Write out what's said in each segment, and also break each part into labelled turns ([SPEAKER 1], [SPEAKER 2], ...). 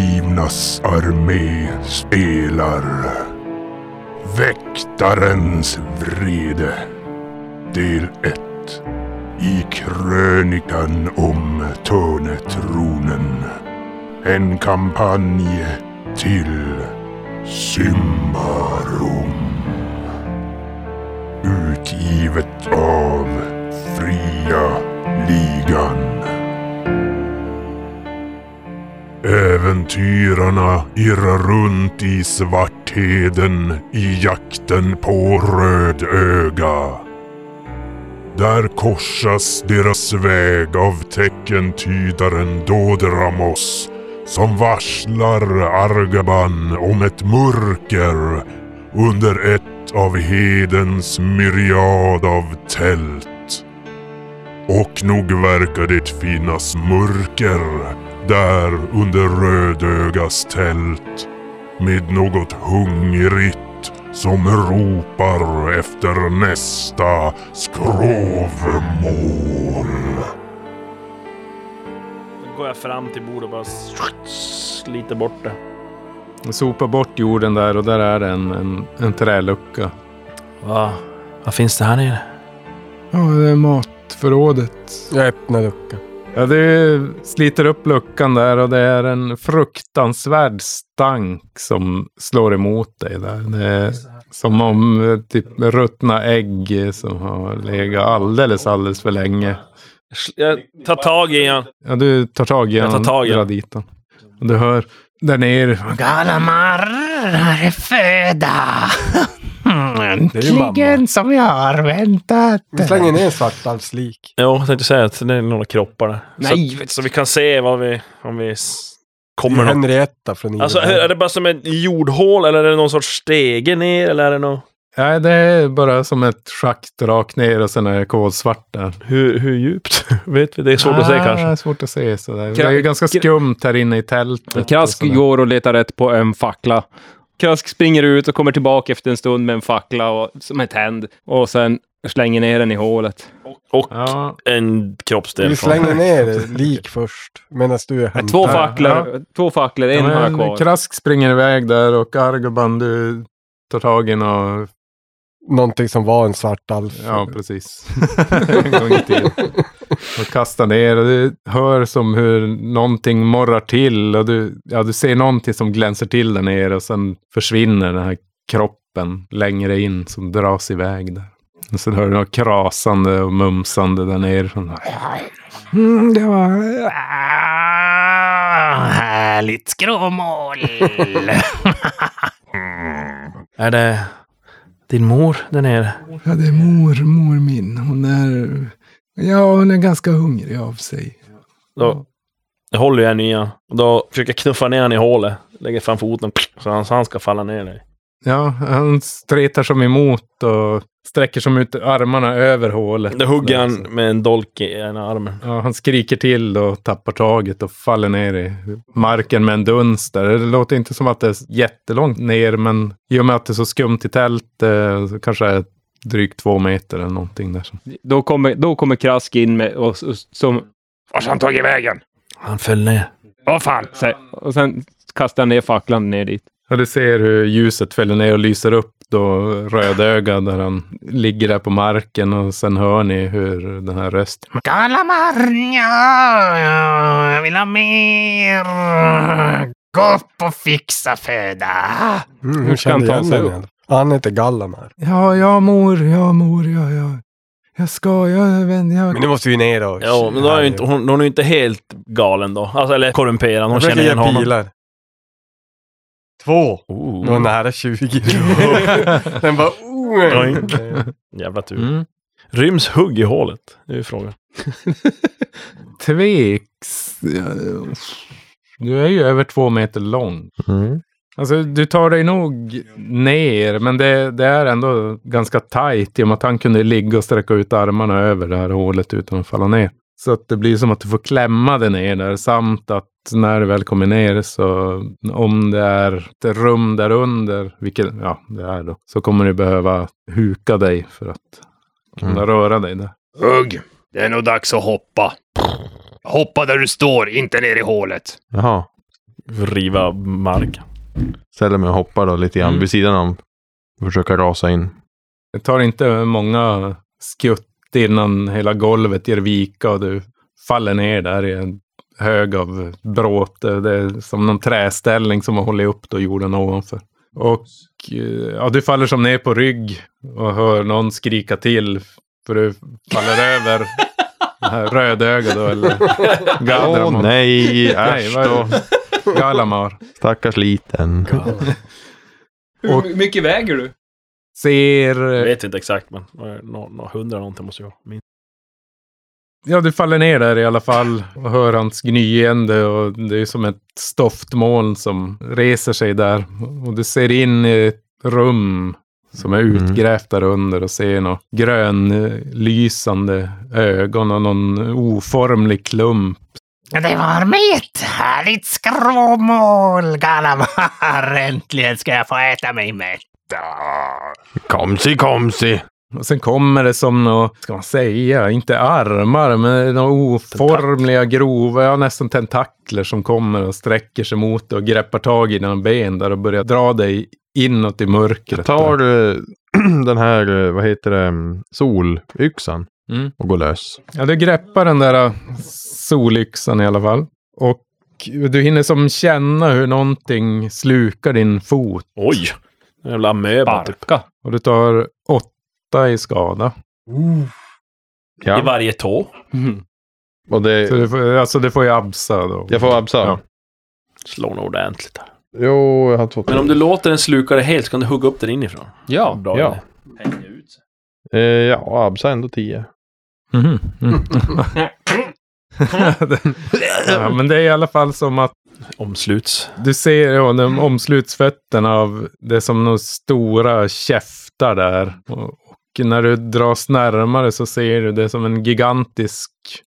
[SPEAKER 1] Mördarnas armé spelar Väktarens vrede Del 1 I krönikan om Törnetronen En kampanj till Symbarom Utgivet av Fria Ligan Äventyrarna irrar runt i Svartheden i jakten på Rödöga. Där korsas deras väg av teckentydaren Dodramus som varslar Argaban om ett mörker under ett av hedens myriad av tält. Och nog verkar det finnas mörker där under Rödögas tält med något hungrigt som ropar efter nästa skrovmål.
[SPEAKER 2] Då går jag fram till bordet och bara sliter bort det.
[SPEAKER 3] Jag sopar bort jorden där och där är det en, en, en trälucka.
[SPEAKER 2] Va? Vad finns det här nere?
[SPEAKER 3] Ja, det är matförrådet.
[SPEAKER 4] Jag öppnar luckan.
[SPEAKER 3] Ja, du sliter upp luckan där och det är en fruktansvärd stank som slår emot dig där. Det är som om eh, typ ruttna ägg eh, som har legat alldeles, alldeles för länge.
[SPEAKER 2] Jag tar tag i han.
[SPEAKER 3] Ja, du tar tag i
[SPEAKER 2] Jag tar
[SPEAKER 3] honom
[SPEAKER 2] tag
[SPEAKER 3] och
[SPEAKER 2] i
[SPEAKER 3] drar
[SPEAKER 2] honom.
[SPEAKER 3] dit honom. Och du hör där nere. Galamar är föda. Äntligen som vi har väntat.
[SPEAKER 4] Vi slänger ner en svartalvslik.
[SPEAKER 2] Jo, jag tänkte säga att det är några kroppar där.
[SPEAKER 3] Nej,
[SPEAKER 2] Så, så vi kan se vad vi, om vi s- kommer någon.
[SPEAKER 4] Henrietta från Ida.
[SPEAKER 2] Alltså är det bara som ett jordhål eller är det någon sorts stege ner eller är det något?
[SPEAKER 3] Nej, det är bara som ett schakt rakt ner och sen är det kolsvart där.
[SPEAKER 2] Hur, hur djupt? Vet vi? Det är svårt att se kanske.
[SPEAKER 3] Ah, svårt att se sådär. Det är ju ganska skumt här inne i tältet.
[SPEAKER 5] Krask
[SPEAKER 3] och sådär.
[SPEAKER 5] går och letar rätt på en fackla. Krask springer ut och kommer tillbaka efter en stund med en fackla och, som är tänd och sen slänger ner den i hålet.
[SPEAKER 2] Och
[SPEAKER 3] Ja,
[SPEAKER 2] en kroppsdel
[SPEAKER 4] Vi
[SPEAKER 2] från
[SPEAKER 4] slänger ner lik först. Medan du är hemma.
[SPEAKER 5] Två facklor, två facklor, en har jag
[SPEAKER 3] men
[SPEAKER 5] kvar.
[SPEAKER 3] Krask springer iväg där och Argoban du tar tag i och
[SPEAKER 4] Någonting som var en Mm, svartalv.
[SPEAKER 3] Ja, precis. en gång i tiden. Och kastar ner och du hör som hur någonting morrar till och du, ja, du ser någonting som glänser till där nere och sen försvinner den här kroppen längre in som dras iväg där. Och sen hör du något krasande och mumsande där nere. Sån här. Mm, det var... Ah, härligt skråmål!
[SPEAKER 2] Är det din mor där nere?
[SPEAKER 3] Ja, det är mormor min. Hon är... Ja, hon är ganska hungrig av sig.
[SPEAKER 2] Då, jag håller ju en i han. Och Då försöker jag knuffa ner han i hålet. Lägger fram foten så han, så han ska falla ner. där.
[SPEAKER 3] Ja, han stretar som emot och sträcker som ut armarna över hålet.
[SPEAKER 2] Då hugger han med en dolk i ena armen.
[SPEAKER 3] Ja, han skriker till och tappar taget och faller ner i marken med en duns där. Det låter inte som att det är jättelångt ner, men i och med att det är så skumt i tält eh, så kanske det är drygt två meter eller någonting där.
[SPEAKER 5] Då kommer, då kommer Krask in med och, och som... Vart har han tagit vägen?
[SPEAKER 2] Han föll ner.
[SPEAKER 5] Vad fan! säger- Och sen kastar han ner facklan ner dit.
[SPEAKER 3] Ja, du ser hur ljuset fäller ner och lyser upp då rödöga där han ligger där på marken och sen hör ni hur den här rösten. Kalamar, ja, jag vill ha mer. Gå upp och fixa föda.
[SPEAKER 4] Mm,
[SPEAKER 5] Hur ska han ta sig upp?
[SPEAKER 4] Han heter Gallamar.
[SPEAKER 3] Ja, ja mor, ja mor, ja, ja. Jag ska, jag vän, jag...
[SPEAKER 4] Men nu måste vi ner och...
[SPEAKER 2] Ja, men då är ju inte, hon, hon är ju inte helt galen då. Alltså, eller korrumperad. Hon
[SPEAKER 4] Jag
[SPEAKER 2] känner
[SPEAKER 4] försöker
[SPEAKER 2] igen
[SPEAKER 4] ge
[SPEAKER 2] honom.
[SPEAKER 4] pilar. Två.
[SPEAKER 2] Oh.
[SPEAKER 4] Det var nära 20. Den bara...
[SPEAKER 2] Oink. Jävla tur.
[SPEAKER 3] Mm.
[SPEAKER 2] Ryms hugg i hålet? Det är ju frågan.
[SPEAKER 3] Tveks... ja, Du är ju över två meter lång. Alltså, du tar dig nog ner, men det, det är ändå ganska tajt i och med att han kunde ligga och sträcka ut armarna över det här hålet utan att falla ner. Så att det blir som att du får klämma dig ner där samt att när du väl kommer ner så om det är ett rum där under, vilket ja, det är då, så kommer du behöva huka dig för att kunna röra dig där.
[SPEAKER 6] Hugg, det är nog dags att hoppa. Hoppa där du står, inte ner i hålet.
[SPEAKER 7] Jaha.
[SPEAKER 2] riva marken.
[SPEAKER 6] Ställer mig och hoppar då lite grann
[SPEAKER 3] Mm.
[SPEAKER 6] vid sidan om. Och försöker rasa in.
[SPEAKER 3] Det tar inte många skutt innan hela golvet ger vika och du faller ner där i en hög av bråte. Det är som någon träställning som har hållit upp då jorden ovanför. Och eh, ja, du faller som ner på rygg och hör någon skrika till för du faller över det här rödöga då eller
[SPEAKER 6] Åh
[SPEAKER 3] Gadramon.
[SPEAKER 6] nej, äsch
[SPEAKER 3] vad är
[SPEAKER 6] då.
[SPEAKER 3] det? Galamar.
[SPEAKER 6] Stackars liten.
[SPEAKER 5] Hur
[SPEAKER 3] Och-
[SPEAKER 5] mycket väger du?
[SPEAKER 3] Ser
[SPEAKER 2] Jag vet inte exakt, men eh, nå- nå- hundra någonting måste jag minst.
[SPEAKER 3] Ja, du faller ner där i alla fall och hör hans gnyende och det är som ett stoftmoln som reser sig där. Och du ser in i ett rum som
[SPEAKER 6] Mm.
[SPEAKER 3] är utgrävt där under och ser några grönlysande ögon och någon oformlig klump.
[SPEAKER 7] Det var mitt! Härligt skråmål, Galamar! Äntligen ska jag få äta mig mätt!
[SPEAKER 6] Komsi, komsi.
[SPEAKER 3] Och sen kommer det som några, ska man säga, inte armar, men några oformliga, grova, ja nästan tentakler som kommer och sträcker sig mot dig och greppar tag i dina ben där och börjar dra dig inåt i mörkret.
[SPEAKER 6] Tar
[SPEAKER 3] där.
[SPEAKER 6] du den här, eh, vad heter det, mm, solyxan
[SPEAKER 3] Mm.
[SPEAKER 6] och går lös.
[SPEAKER 3] Ja, du greppar den där eh, solyxan i alla fall. Och du hinner som känna hur någonting slukar din fot.
[SPEAKER 2] Oj! En jävla amöba typ.
[SPEAKER 5] Barka.
[SPEAKER 3] Och du tar åtta i skada.
[SPEAKER 2] I
[SPEAKER 6] Ja,
[SPEAKER 2] varje tå.
[SPEAKER 5] Mm.
[SPEAKER 6] och
[SPEAKER 3] Så
[SPEAKER 6] det,
[SPEAKER 3] du får, alltså du får ju absa då.
[SPEAKER 6] jag får absa.
[SPEAKER 3] Ja.
[SPEAKER 2] Slå nog ordentligt där.
[SPEAKER 6] Jo, jag har två.
[SPEAKER 2] Men om du låter den sluka dig helt så kan du hugga upp den inifrån.
[SPEAKER 5] Ja.
[SPEAKER 2] Bra
[SPEAKER 6] ja.
[SPEAKER 2] idé.
[SPEAKER 6] eh, ja, absa ändå tio.
[SPEAKER 3] Mhm. Mm. ja, men det är i alla fall som att
[SPEAKER 2] Omsluts.
[SPEAKER 3] du ser ja, de omsluts fötterna av det som några stora käftar där. Och, och när du dras närmare så ser du det som en gigantisk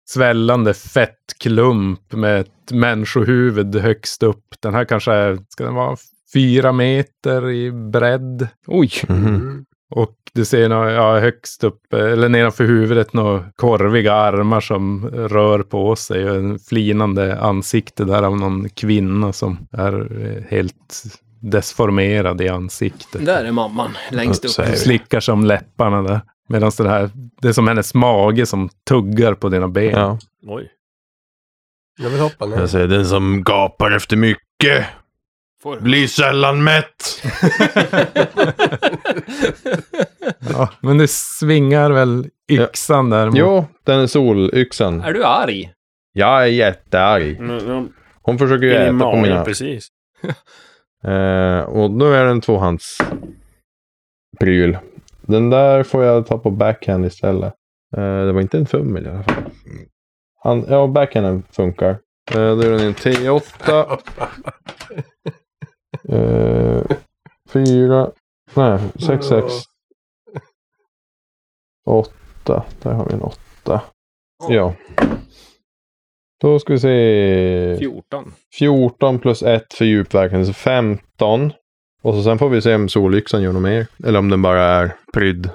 [SPEAKER 3] svällande fettklump med ett människohuvud högst upp. Den här kanske är, ska den vara fyra meter i bredd?
[SPEAKER 5] Oj.
[SPEAKER 6] Mm-hmm.
[SPEAKER 4] Mm.
[SPEAKER 3] Och du ser nå, ja, högst upp, eller nedanför huvudet, några korviga armar som rör på sig och en flinande ansikte där av någon kvinna som är eh, helt desformerad i ansiktet.
[SPEAKER 5] Där är mamman. Längst upp.
[SPEAKER 6] Säger vi.
[SPEAKER 3] Slickar som läpparna där. Medan det här, det är som hennes mage som tuggar på dina ben.
[SPEAKER 6] Ja.
[SPEAKER 2] Oj.
[SPEAKER 4] Jag vill hoppa ner.
[SPEAKER 6] Jag säger den som gapar efter mycket
[SPEAKER 5] Får du.
[SPEAKER 6] blir sällan mätt.
[SPEAKER 3] Ja, men du svingar väl yxan där mot
[SPEAKER 6] Jo, den är solyxan.
[SPEAKER 5] Är du arg?
[SPEAKER 6] Jag är jättearg. Hon försöker ju
[SPEAKER 2] In i
[SPEAKER 6] äta på mina...
[SPEAKER 2] magen, precis.
[SPEAKER 6] Eh, och nu är det en tvåhands pryl. Den där får jag ta på backhand istället. Eh, det var inte en fummel i alla fall. Han, ja, backhanden funkar. Eh, då är den en T8. Eh, fyra. Nej, sex, sex. Åtta. Där har vi en åtta. Ja. Då ska vi se.
[SPEAKER 5] 14.
[SPEAKER 6] 14 plus 1 för djupverkan, så 15. Och så sen får vi se om solyxan gör något mer. Eller om den bara är prydd.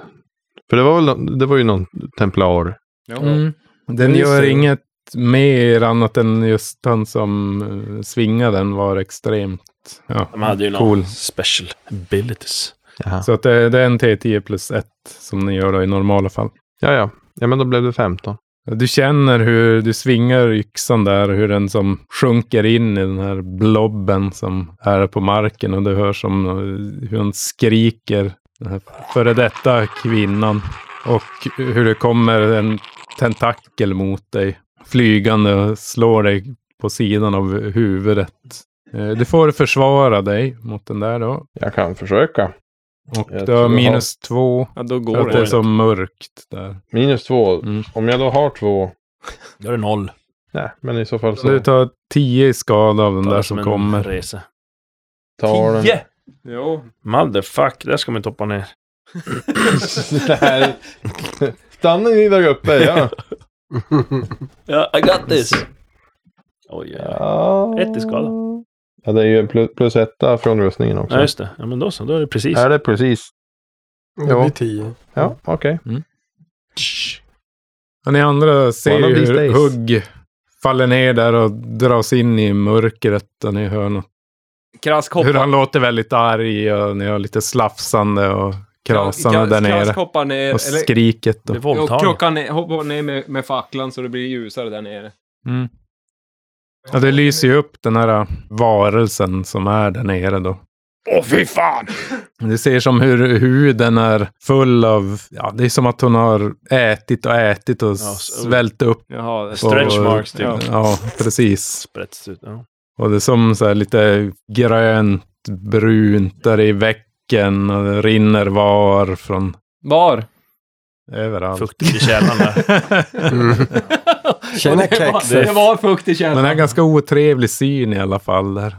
[SPEAKER 6] För det var, väl, det var ju någon templar.
[SPEAKER 5] Ja.
[SPEAKER 3] Mm. Den
[SPEAKER 4] Men just
[SPEAKER 3] gör
[SPEAKER 4] det.
[SPEAKER 3] inget mer annat än just han som eh, svingade den var extremt. Ja.
[SPEAKER 2] De hade ju någon
[SPEAKER 3] Cool.
[SPEAKER 2] special abilities.
[SPEAKER 6] Jaha.
[SPEAKER 3] Så att det, det är en T10 plus 1 som ni gör då i normala fall.
[SPEAKER 6] Ja, ja. Ja, men då blev det 15.
[SPEAKER 3] Du känner hur du svingar yxan där, hur den som sjunker in i den här blobben som är på marken och du hör som eh, hur hon skriker, den här före detta kvinnan. Och hur det kommer en tentakel mot dig, flygande och slår dig på sidan av huvudet. Eh, Du får försvara dig mot den där då.
[SPEAKER 6] Jag kan försöka.
[SPEAKER 3] Och
[SPEAKER 6] Jag
[SPEAKER 3] du har
[SPEAKER 6] tror jag
[SPEAKER 3] minus två.
[SPEAKER 5] Ja, då går
[SPEAKER 3] För att det är
[SPEAKER 5] det.
[SPEAKER 3] så mörkt där.
[SPEAKER 6] Minus 2.
[SPEAKER 3] Mm.
[SPEAKER 6] Om jag då har 2.
[SPEAKER 2] Då är det noll.
[SPEAKER 6] Nej, men i så fall
[SPEAKER 3] Så du
[SPEAKER 6] så
[SPEAKER 3] tar 10 i skada av den
[SPEAKER 2] Bara
[SPEAKER 3] där
[SPEAKER 2] som
[SPEAKER 3] som
[SPEAKER 2] en
[SPEAKER 3] kommer.
[SPEAKER 2] Resa.
[SPEAKER 6] tar den.
[SPEAKER 5] Jo.
[SPEAKER 2] Motherfuck, där ska man inte hoppa ner.
[SPEAKER 6] Nej. Stanna ni där uppe, ja.
[SPEAKER 2] Ja, I got this! Oj, oj, oj.
[SPEAKER 6] ja.
[SPEAKER 2] Ett i skada.
[SPEAKER 6] Ja, det är ju en plu- plus etta från rustningen också.
[SPEAKER 2] Ja, just det. Ja, men då så. Då är det precis.
[SPEAKER 6] är det precis?
[SPEAKER 4] Det blir tio.
[SPEAKER 6] Ja, okej.
[SPEAKER 3] Och ni andra ser
[SPEAKER 6] One of
[SPEAKER 3] ju
[SPEAKER 6] these
[SPEAKER 3] hur
[SPEAKER 6] days.
[SPEAKER 3] hugg faller ner där och dras in i mörkret där ni hör något.
[SPEAKER 5] Krask
[SPEAKER 3] Hur han
[SPEAKER 5] hoppar,
[SPEAKER 3] låter väldigt arg och ni hör lite slafsande och krasande
[SPEAKER 5] Krask-
[SPEAKER 3] där nere.
[SPEAKER 5] Krask hoppar ner,
[SPEAKER 3] Och
[SPEAKER 5] eller
[SPEAKER 3] skriket.
[SPEAKER 2] Det är
[SPEAKER 3] Och,
[SPEAKER 5] och
[SPEAKER 2] våldtagen.
[SPEAKER 5] krockar ner, hoppar ner med, med facklan så det blir ljusare där nere.
[SPEAKER 3] mm. ja, det lyser ju upp den här varelsen som är där nere då.
[SPEAKER 2] Åh fy fan!
[SPEAKER 3] Du ser som hur huden är full av, ja det är som att hon har ätit och ätit och
[SPEAKER 2] så-
[SPEAKER 3] svält upp.
[SPEAKER 5] Jaha, det-
[SPEAKER 2] Stretch
[SPEAKER 3] och-
[SPEAKER 2] marks, typ.
[SPEAKER 3] Ja, ja precis.
[SPEAKER 2] Sprätts ut. Ja.
[SPEAKER 3] Och det är som så här lite grönt, brunt där i väcken och det rinner var från
[SPEAKER 5] Var?
[SPEAKER 3] överallt.
[SPEAKER 2] Fuktigt i källaren där.
[SPEAKER 4] Tjena
[SPEAKER 5] det,
[SPEAKER 4] kex.
[SPEAKER 5] var, det var fukt i
[SPEAKER 3] Den
[SPEAKER 5] känslan.
[SPEAKER 3] är ganska otrevlig syn i alla fall där.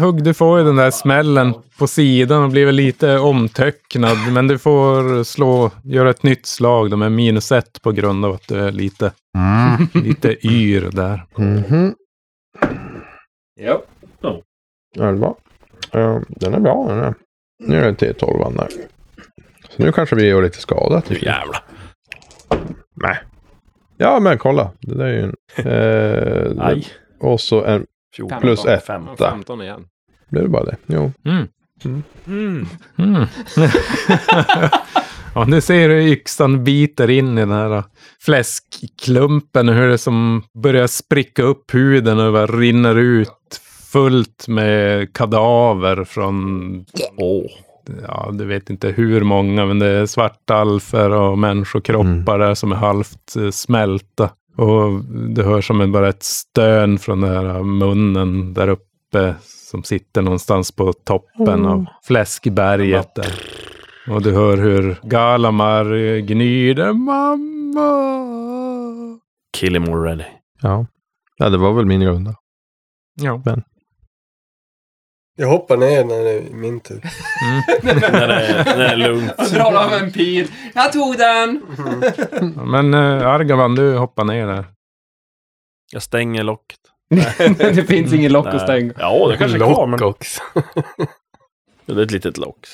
[SPEAKER 3] Hugg, du får ju den där smällen på sidan och blir väl lite omtöcknad. Men du får slå, göra ett nytt slag då med minus ett på grund av att du är lite,
[SPEAKER 1] Mm.
[SPEAKER 3] lite yr där.
[SPEAKER 6] Mhm.
[SPEAKER 5] Ja.
[SPEAKER 6] Elva. Eh, den är bra den är. Nu är det till 12 där. Så nu kanske vi gör lite skada. Typ.
[SPEAKER 2] Jävlar.
[SPEAKER 6] Nej. Ja men kolla. Det där är ju en... eh,
[SPEAKER 2] Aj.
[SPEAKER 6] Och så en...
[SPEAKER 2] Fjorton.
[SPEAKER 6] Plus ett.
[SPEAKER 2] Femton.
[SPEAKER 5] 15 igen.
[SPEAKER 6] Blev det bara det? Jo.
[SPEAKER 2] Mm.
[SPEAKER 3] Mm. ja, nu ser du hur yxan biter in i den här fläskklumpen och hur det som börjar spricka upp huden och bara rinner ut fullt med kadaver från,
[SPEAKER 2] Åh.
[SPEAKER 3] ja, du vet inte hur många, men det är svartalfer och människokroppar där som är halvt eh, smälta. Och du hör som en, bara ett stön från den här munnen där uppe som sitter någonstans på toppen av fläskberget. Där. Och du hör hur Galamar eh, gnyder. Mamma!
[SPEAKER 2] Kill him already.
[SPEAKER 6] Ja. ja. Det var väl min runda.
[SPEAKER 3] Ja.
[SPEAKER 4] Jag hoppar ner när det är min tur.
[SPEAKER 2] när, det är, när det är lugnt.
[SPEAKER 5] Och drar av en pil. Jag tog den!
[SPEAKER 3] Men eh, Argavan, du hoppar ner där.
[SPEAKER 2] Jag stänger locket.
[SPEAKER 5] det finns ingen lock
[SPEAKER 2] Där.
[SPEAKER 5] att stänga.
[SPEAKER 2] Ja, det kanske är kvar, men...
[SPEAKER 4] också.
[SPEAKER 2] Det är ett litet lock.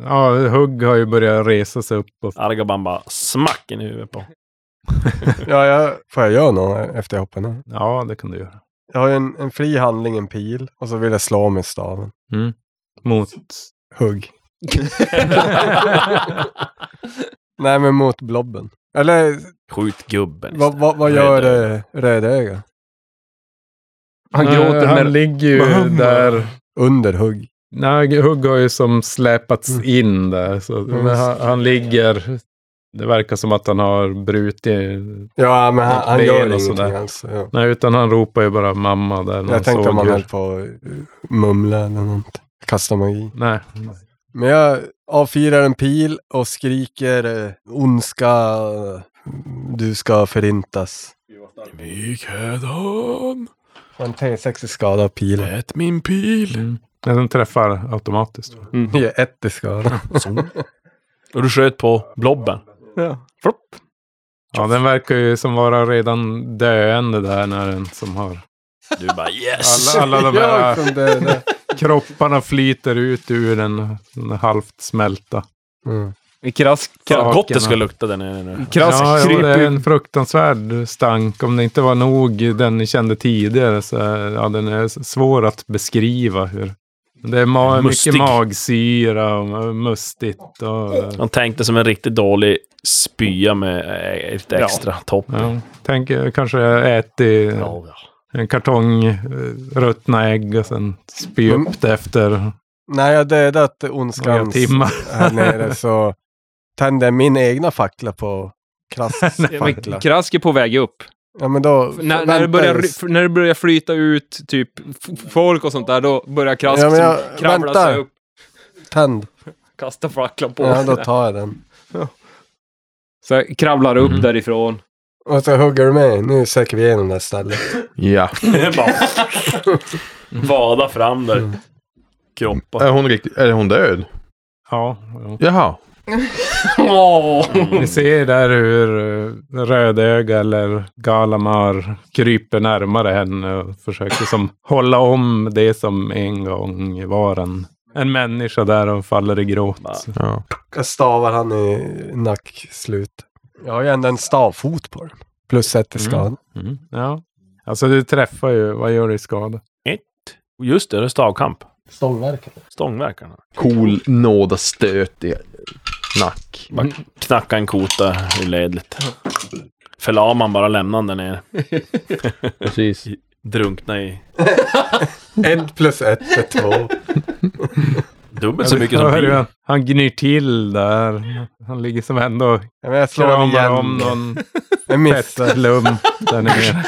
[SPEAKER 3] Ja, Hugg har ju börjat resa sig upp. Och...
[SPEAKER 2] Argaban bara smack in i huvudet på.
[SPEAKER 4] Ja, jag, får jag göra något efter jag hoppar ner?
[SPEAKER 3] Ja, det kan du göra.
[SPEAKER 4] Jag har ju en, en fri handling, en pil. Och så vill jag slå med staven.
[SPEAKER 3] Mot...
[SPEAKER 4] Hugg. Nej, men mot blobben. Eller
[SPEAKER 2] Skjut gubben
[SPEAKER 4] vad
[SPEAKER 2] istället.
[SPEAKER 4] vad- vad gör eh, Rödöga?
[SPEAKER 5] Han gråter
[SPEAKER 3] han
[SPEAKER 5] med...
[SPEAKER 3] ligger ju
[SPEAKER 4] Mamma.
[SPEAKER 3] där.
[SPEAKER 4] Under hugg.
[SPEAKER 3] Nej, Hugg har ju som släpats
[SPEAKER 4] Mm.
[SPEAKER 3] in där. Så,
[SPEAKER 4] Mm.
[SPEAKER 3] men han, han ligger... Det verkar som att han har brutit...
[SPEAKER 4] Ja, men han,
[SPEAKER 3] Något
[SPEAKER 4] han
[SPEAKER 3] ben
[SPEAKER 4] gör
[SPEAKER 3] och
[SPEAKER 4] ingenting
[SPEAKER 3] sådär.
[SPEAKER 4] alls. Ja.
[SPEAKER 3] Nej, utan han ropar ju bara mamma där. när han
[SPEAKER 4] Jag tänkte
[SPEAKER 3] såg
[SPEAKER 4] om han
[SPEAKER 3] hur-
[SPEAKER 4] höll på att eh, mumla eller någonting. Kasta magi.
[SPEAKER 3] Nej.
[SPEAKER 4] Men jag avfyrar en pil och skriker eh, ondska, eh, du ska förintas.
[SPEAKER 2] Mikadan,
[SPEAKER 4] En T6 i skada av pilen.
[SPEAKER 2] ät min pil.
[SPEAKER 3] Mm. Men den träffar automatiskt.
[SPEAKER 4] Det är ett i skada.
[SPEAKER 2] Och du sköt på blobben.
[SPEAKER 3] Ja, den verkar ju som vara redan döende där när den som har...
[SPEAKER 2] Du bara yes!
[SPEAKER 3] Alla, alla de här
[SPEAKER 4] Som det är där.
[SPEAKER 3] kropparna flyter ut ur den, den är halvt smälta.
[SPEAKER 4] Mm.
[SPEAKER 5] Krask,
[SPEAKER 2] Fan,
[SPEAKER 5] krask,
[SPEAKER 2] gott det ska lukta där nere nu.
[SPEAKER 5] krask
[SPEAKER 3] ja, ja, det
[SPEAKER 5] kryper
[SPEAKER 3] är en fruktansvärd stank. Om det inte var nog den ni kände tidigare så är- ja, den är svår att beskriva. Hur. Det är ma-
[SPEAKER 2] Mustig.
[SPEAKER 3] mycket magsyra och mustigt. Och,
[SPEAKER 2] De tänkte som en riktigt dålig spya med eh, lite extra topp.
[SPEAKER 3] ja, tänk eh, kanske ätit
[SPEAKER 2] Ja, ja.
[SPEAKER 3] en kartong eh, ruttna ägg och sen spy
[SPEAKER 4] Mm.
[SPEAKER 3] upp det efter
[SPEAKER 4] När jag dödat
[SPEAKER 3] några
[SPEAKER 4] ondskans
[SPEAKER 3] timmar.
[SPEAKER 4] här nere så tände jag min egna fackla på Krassts
[SPEAKER 5] Ja, men
[SPEAKER 4] fackla.
[SPEAKER 5] Krask är på väg upp.
[SPEAKER 4] Ja, men då
[SPEAKER 5] När, när,
[SPEAKER 4] väntar
[SPEAKER 5] det börjar,
[SPEAKER 4] jag-
[SPEAKER 5] ry- när det börjar flyta ut typ f- folk och sånt där, då börjar Krask
[SPEAKER 4] Ja, men jag
[SPEAKER 5] som kravla
[SPEAKER 4] väntar.
[SPEAKER 5] sig upp,
[SPEAKER 4] Tänd.
[SPEAKER 5] kasta facklan på.
[SPEAKER 4] Ja, då tar jag den.
[SPEAKER 5] Så jag kravlar upp
[SPEAKER 6] Mhm.
[SPEAKER 5] därifrån.
[SPEAKER 4] Och så hugger du med. Nu söker vi igenom det här stället.
[SPEAKER 6] Ja.
[SPEAKER 2] Bara Vada fram där. Kroppar.
[SPEAKER 6] Är hon, riktigt, är hon död?
[SPEAKER 3] Ja, ja.
[SPEAKER 6] Jaha.
[SPEAKER 3] Ni ser där hur eh, Rödöga eller Galamar kryper närmare henne och försöker som hålla om det som en gång var en, en människa där och faller i
[SPEAKER 2] Va.
[SPEAKER 3] gråt.
[SPEAKER 6] Ja.
[SPEAKER 4] Jag stavar han i nackslut. Jag har ju ändå en stavfot på den. Plus ett i
[SPEAKER 3] Mm.
[SPEAKER 4] skada.
[SPEAKER 3] Ja, Alltså du träffar ju. Vad gör du i skada?
[SPEAKER 2] Just det, det är stavkamp.
[SPEAKER 8] Stångverkan.
[SPEAKER 2] Stångverkarna.
[SPEAKER 6] Cool nåda stöt i nack.
[SPEAKER 2] Bara knacka en kota i ledet. Förlaman bara lämnar den där nere.
[SPEAKER 6] Precis.
[SPEAKER 2] Drunkna i
[SPEAKER 4] Ett plus ett är två.
[SPEAKER 2] dubbelt så
[SPEAKER 3] Ja,
[SPEAKER 2] mycket
[SPEAKER 3] du
[SPEAKER 2] som
[SPEAKER 3] hör ju,
[SPEAKER 2] bil.
[SPEAKER 3] han- Han gnyr till där. Han ligger som ändå
[SPEAKER 4] Ja, men jag slår
[SPEAKER 3] kramar
[SPEAKER 4] igen.
[SPEAKER 3] om någon
[SPEAKER 4] Jag missar.
[SPEAKER 3] fettlump där nere.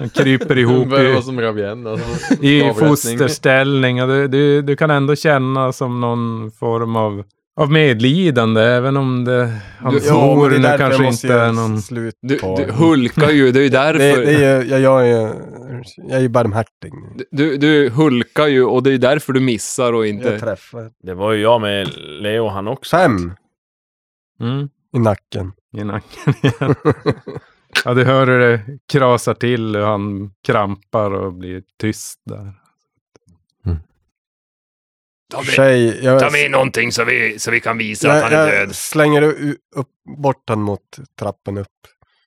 [SPEAKER 3] Han kryper ihop
[SPEAKER 6] Börjar vara
[SPEAKER 3] i,
[SPEAKER 6] som Ravien. Alltså.
[SPEAKER 3] eh, i
[SPEAKER 6] avrättning.
[SPEAKER 3] fosterställning. Och du, du, du kan ändå känna som någon form av, av medlidande. Även om det, hans
[SPEAKER 4] Ja,
[SPEAKER 3] mor
[SPEAKER 4] men det
[SPEAKER 3] nu
[SPEAKER 4] är därför jag
[SPEAKER 3] kanske
[SPEAKER 4] måste
[SPEAKER 3] inte är
[SPEAKER 4] göra
[SPEAKER 3] någon...
[SPEAKER 4] slut
[SPEAKER 5] Du,
[SPEAKER 4] på
[SPEAKER 5] du
[SPEAKER 4] det.
[SPEAKER 5] hulkar ju, det är ju därför.
[SPEAKER 4] Det, det är, ju- jag, jag är jag är ju barmhärtig nu.
[SPEAKER 5] Du, du hulkar ju och det är därför du missar och
[SPEAKER 4] Jag
[SPEAKER 5] inte...
[SPEAKER 4] träffar.
[SPEAKER 2] Det var ju jag med Leo han också.
[SPEAKER 4] Fem
[SPEAKER 3] Mm,
[SPEAKER 4] i nacken.
[SPEAKER 3] I nacken igen. Ja, du hör hur det krasar till och han krampar och blir tyst där.
[SPEAKER 4] Tjej, jag,
[SPEAKER 5] någonting så vi, så vi kan visa
[SPEAKER 4] jag, jag slänger u- upp, bort han mot trappen upp.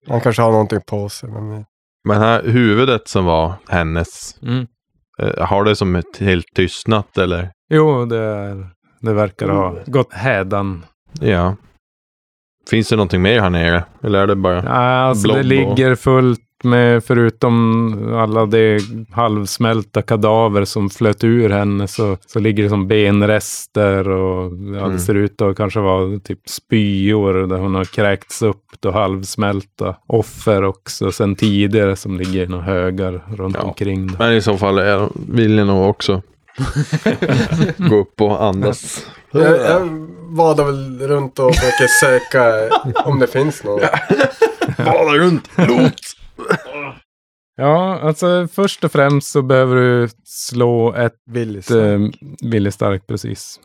[SPEAKER 4] Han kanske har någonting på sig. Men
[SPEAKER 6] Men här huvudet som var hennes.
[SPEAKER 3] Mm.
[SPEAKER 6] eh, Har det som ett helt tystnat eller?
[SPEAKER 3] Jo, det, är, det verkar
[SPEAKER 4] Mm.
[SPEAKER 3] ha gått hädan.
[SPEAKER 6] Ja. Finns det någonting mer här nere? Eller är det bara?
[SPEAKER 3] Nej, alltså det
[SPEAKER 6] Blob och-
[SPEAKER 3] ligger fullt med, förutom alla de halvsmälta kadaver som flöt ur henne, så, så ligger det som benrester och ja,
[SPEAKER 6] Mm.
[SPEAKER 3] det ser ut att kanske vara typ spyor där hon har kräkts upp och halvsmälta offer också sen tidigare som ligger i några högar runt
[SPEAKER 6] Ja.
[SPEAKER 3] omkring. Det.
[SPEAKER 6] Men i så fall är, vill jag nog också gå upp och andas.
[SPEAKER 4] jag, jag vadar väl runt och försöker söka om det finns något.
[SPEAKER 6] Bada runt! Lot!
[SPEAKER 3] Ja, alltså först och främst så behöver du slå ett
[SPEAKER 4] Willys.
[SPEAKER 3] eh, Ville stark precis.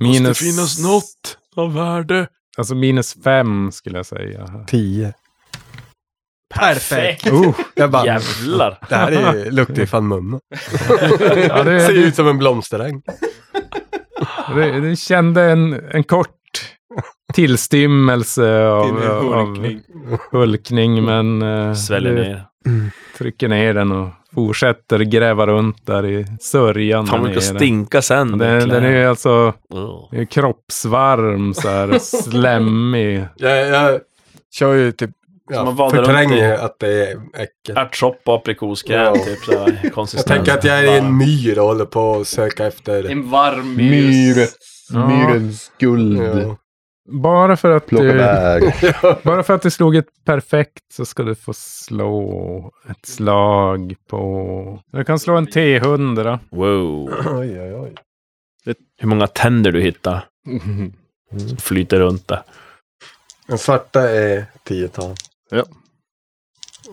[SPEAKER 2] Måste finnas något av värde.
[SPEAKER 3] Alltså minus fem skulle jag säga.
[SPEAKER 4] Tio.
[SPEAKER 2] Perfekt!
[SPEAKER 4] Oh, jag bara,
[SPEAKER 2] Jävlar!
[SPEAKER 4] det här är ju, luktar ju fan mumma.
[SPEAKER 3] Ja, det,
[SPEAKER 4] Ser
[SPEAKER 3] det,
[SPEAKER 4] ut som en blomsteräng.
[SPEAKER 3] det, det kände en, en kort tillstymmelse av, av
[SPEAKER 5] Hulkning.
[SPEAKER 3] hulkning,
[SPEAKER 2] Mm.
[SPEAKER 3] men eh,
[SPEAKER 2] Sväljer
[SPEAKER 3] du
[SPEAKER 2] ner.
[SPEAKER 3] trycker ner den och fortsätter gräva runt där i sörjan.
[SPEAKER 2] Fan
[SPEAKER 3] där
[SPEAKER 2] brukar
[SPEAKER 3] nere.
[SPEAKER 2] stinka sen.
[SPEAKER 3] Den, den är ju alltså
[SPEAKER 2] Ugh.
[SPEAKER 3] den är kroppsvarm, så här, slemmig.
[SPEAKER 4] Jag, jag kör ju typ,
[SPEAKER 2] Som man
[SPEAKER 4] ja,
[SPEAKER 2] vadar runt
[SPEAKER 4] förtränger
[SPEAKER 2] i.
[SPEAKER 4] att det är äckel.
[SPEAKER 2] Ärtsoppa, aprikoskräm,
[SPEAKER 4] Ja.
[SPEAKER 2] typ sådär.
[SPEAKER 4] Jag
[SPEAKER 2] Konsistens.
[SPEAKER 4] tänker att jag är i en myr och håller på att söka efter...
[SPEAKER 5] En varm
[SPEAKER 6] Myret.
[SPEAKER 3] Ja.
[SPEAKER 6] Myrens guld.
[SPEAKER 4] Ja.
[SPEAKER 3] Bara för att eh,
[SPEAKER 6] Plocka
[SPEAKER 3] du...
[SPEAKER 6] bär.
[SPEAKER 3] Bara för att du slog ett perfekt så ska du få slå ett slag på... Du kan slå en T100.
[SPEAKER 2] Wow.
[SPEAKER 4] Oj, oj, oj.
[SPEAKER 2] Hur många tänder du hittar. Som flyter runt där.
[SPEAKER 4] Den svarta är tiotal.
[SPEAKER 5] Ja.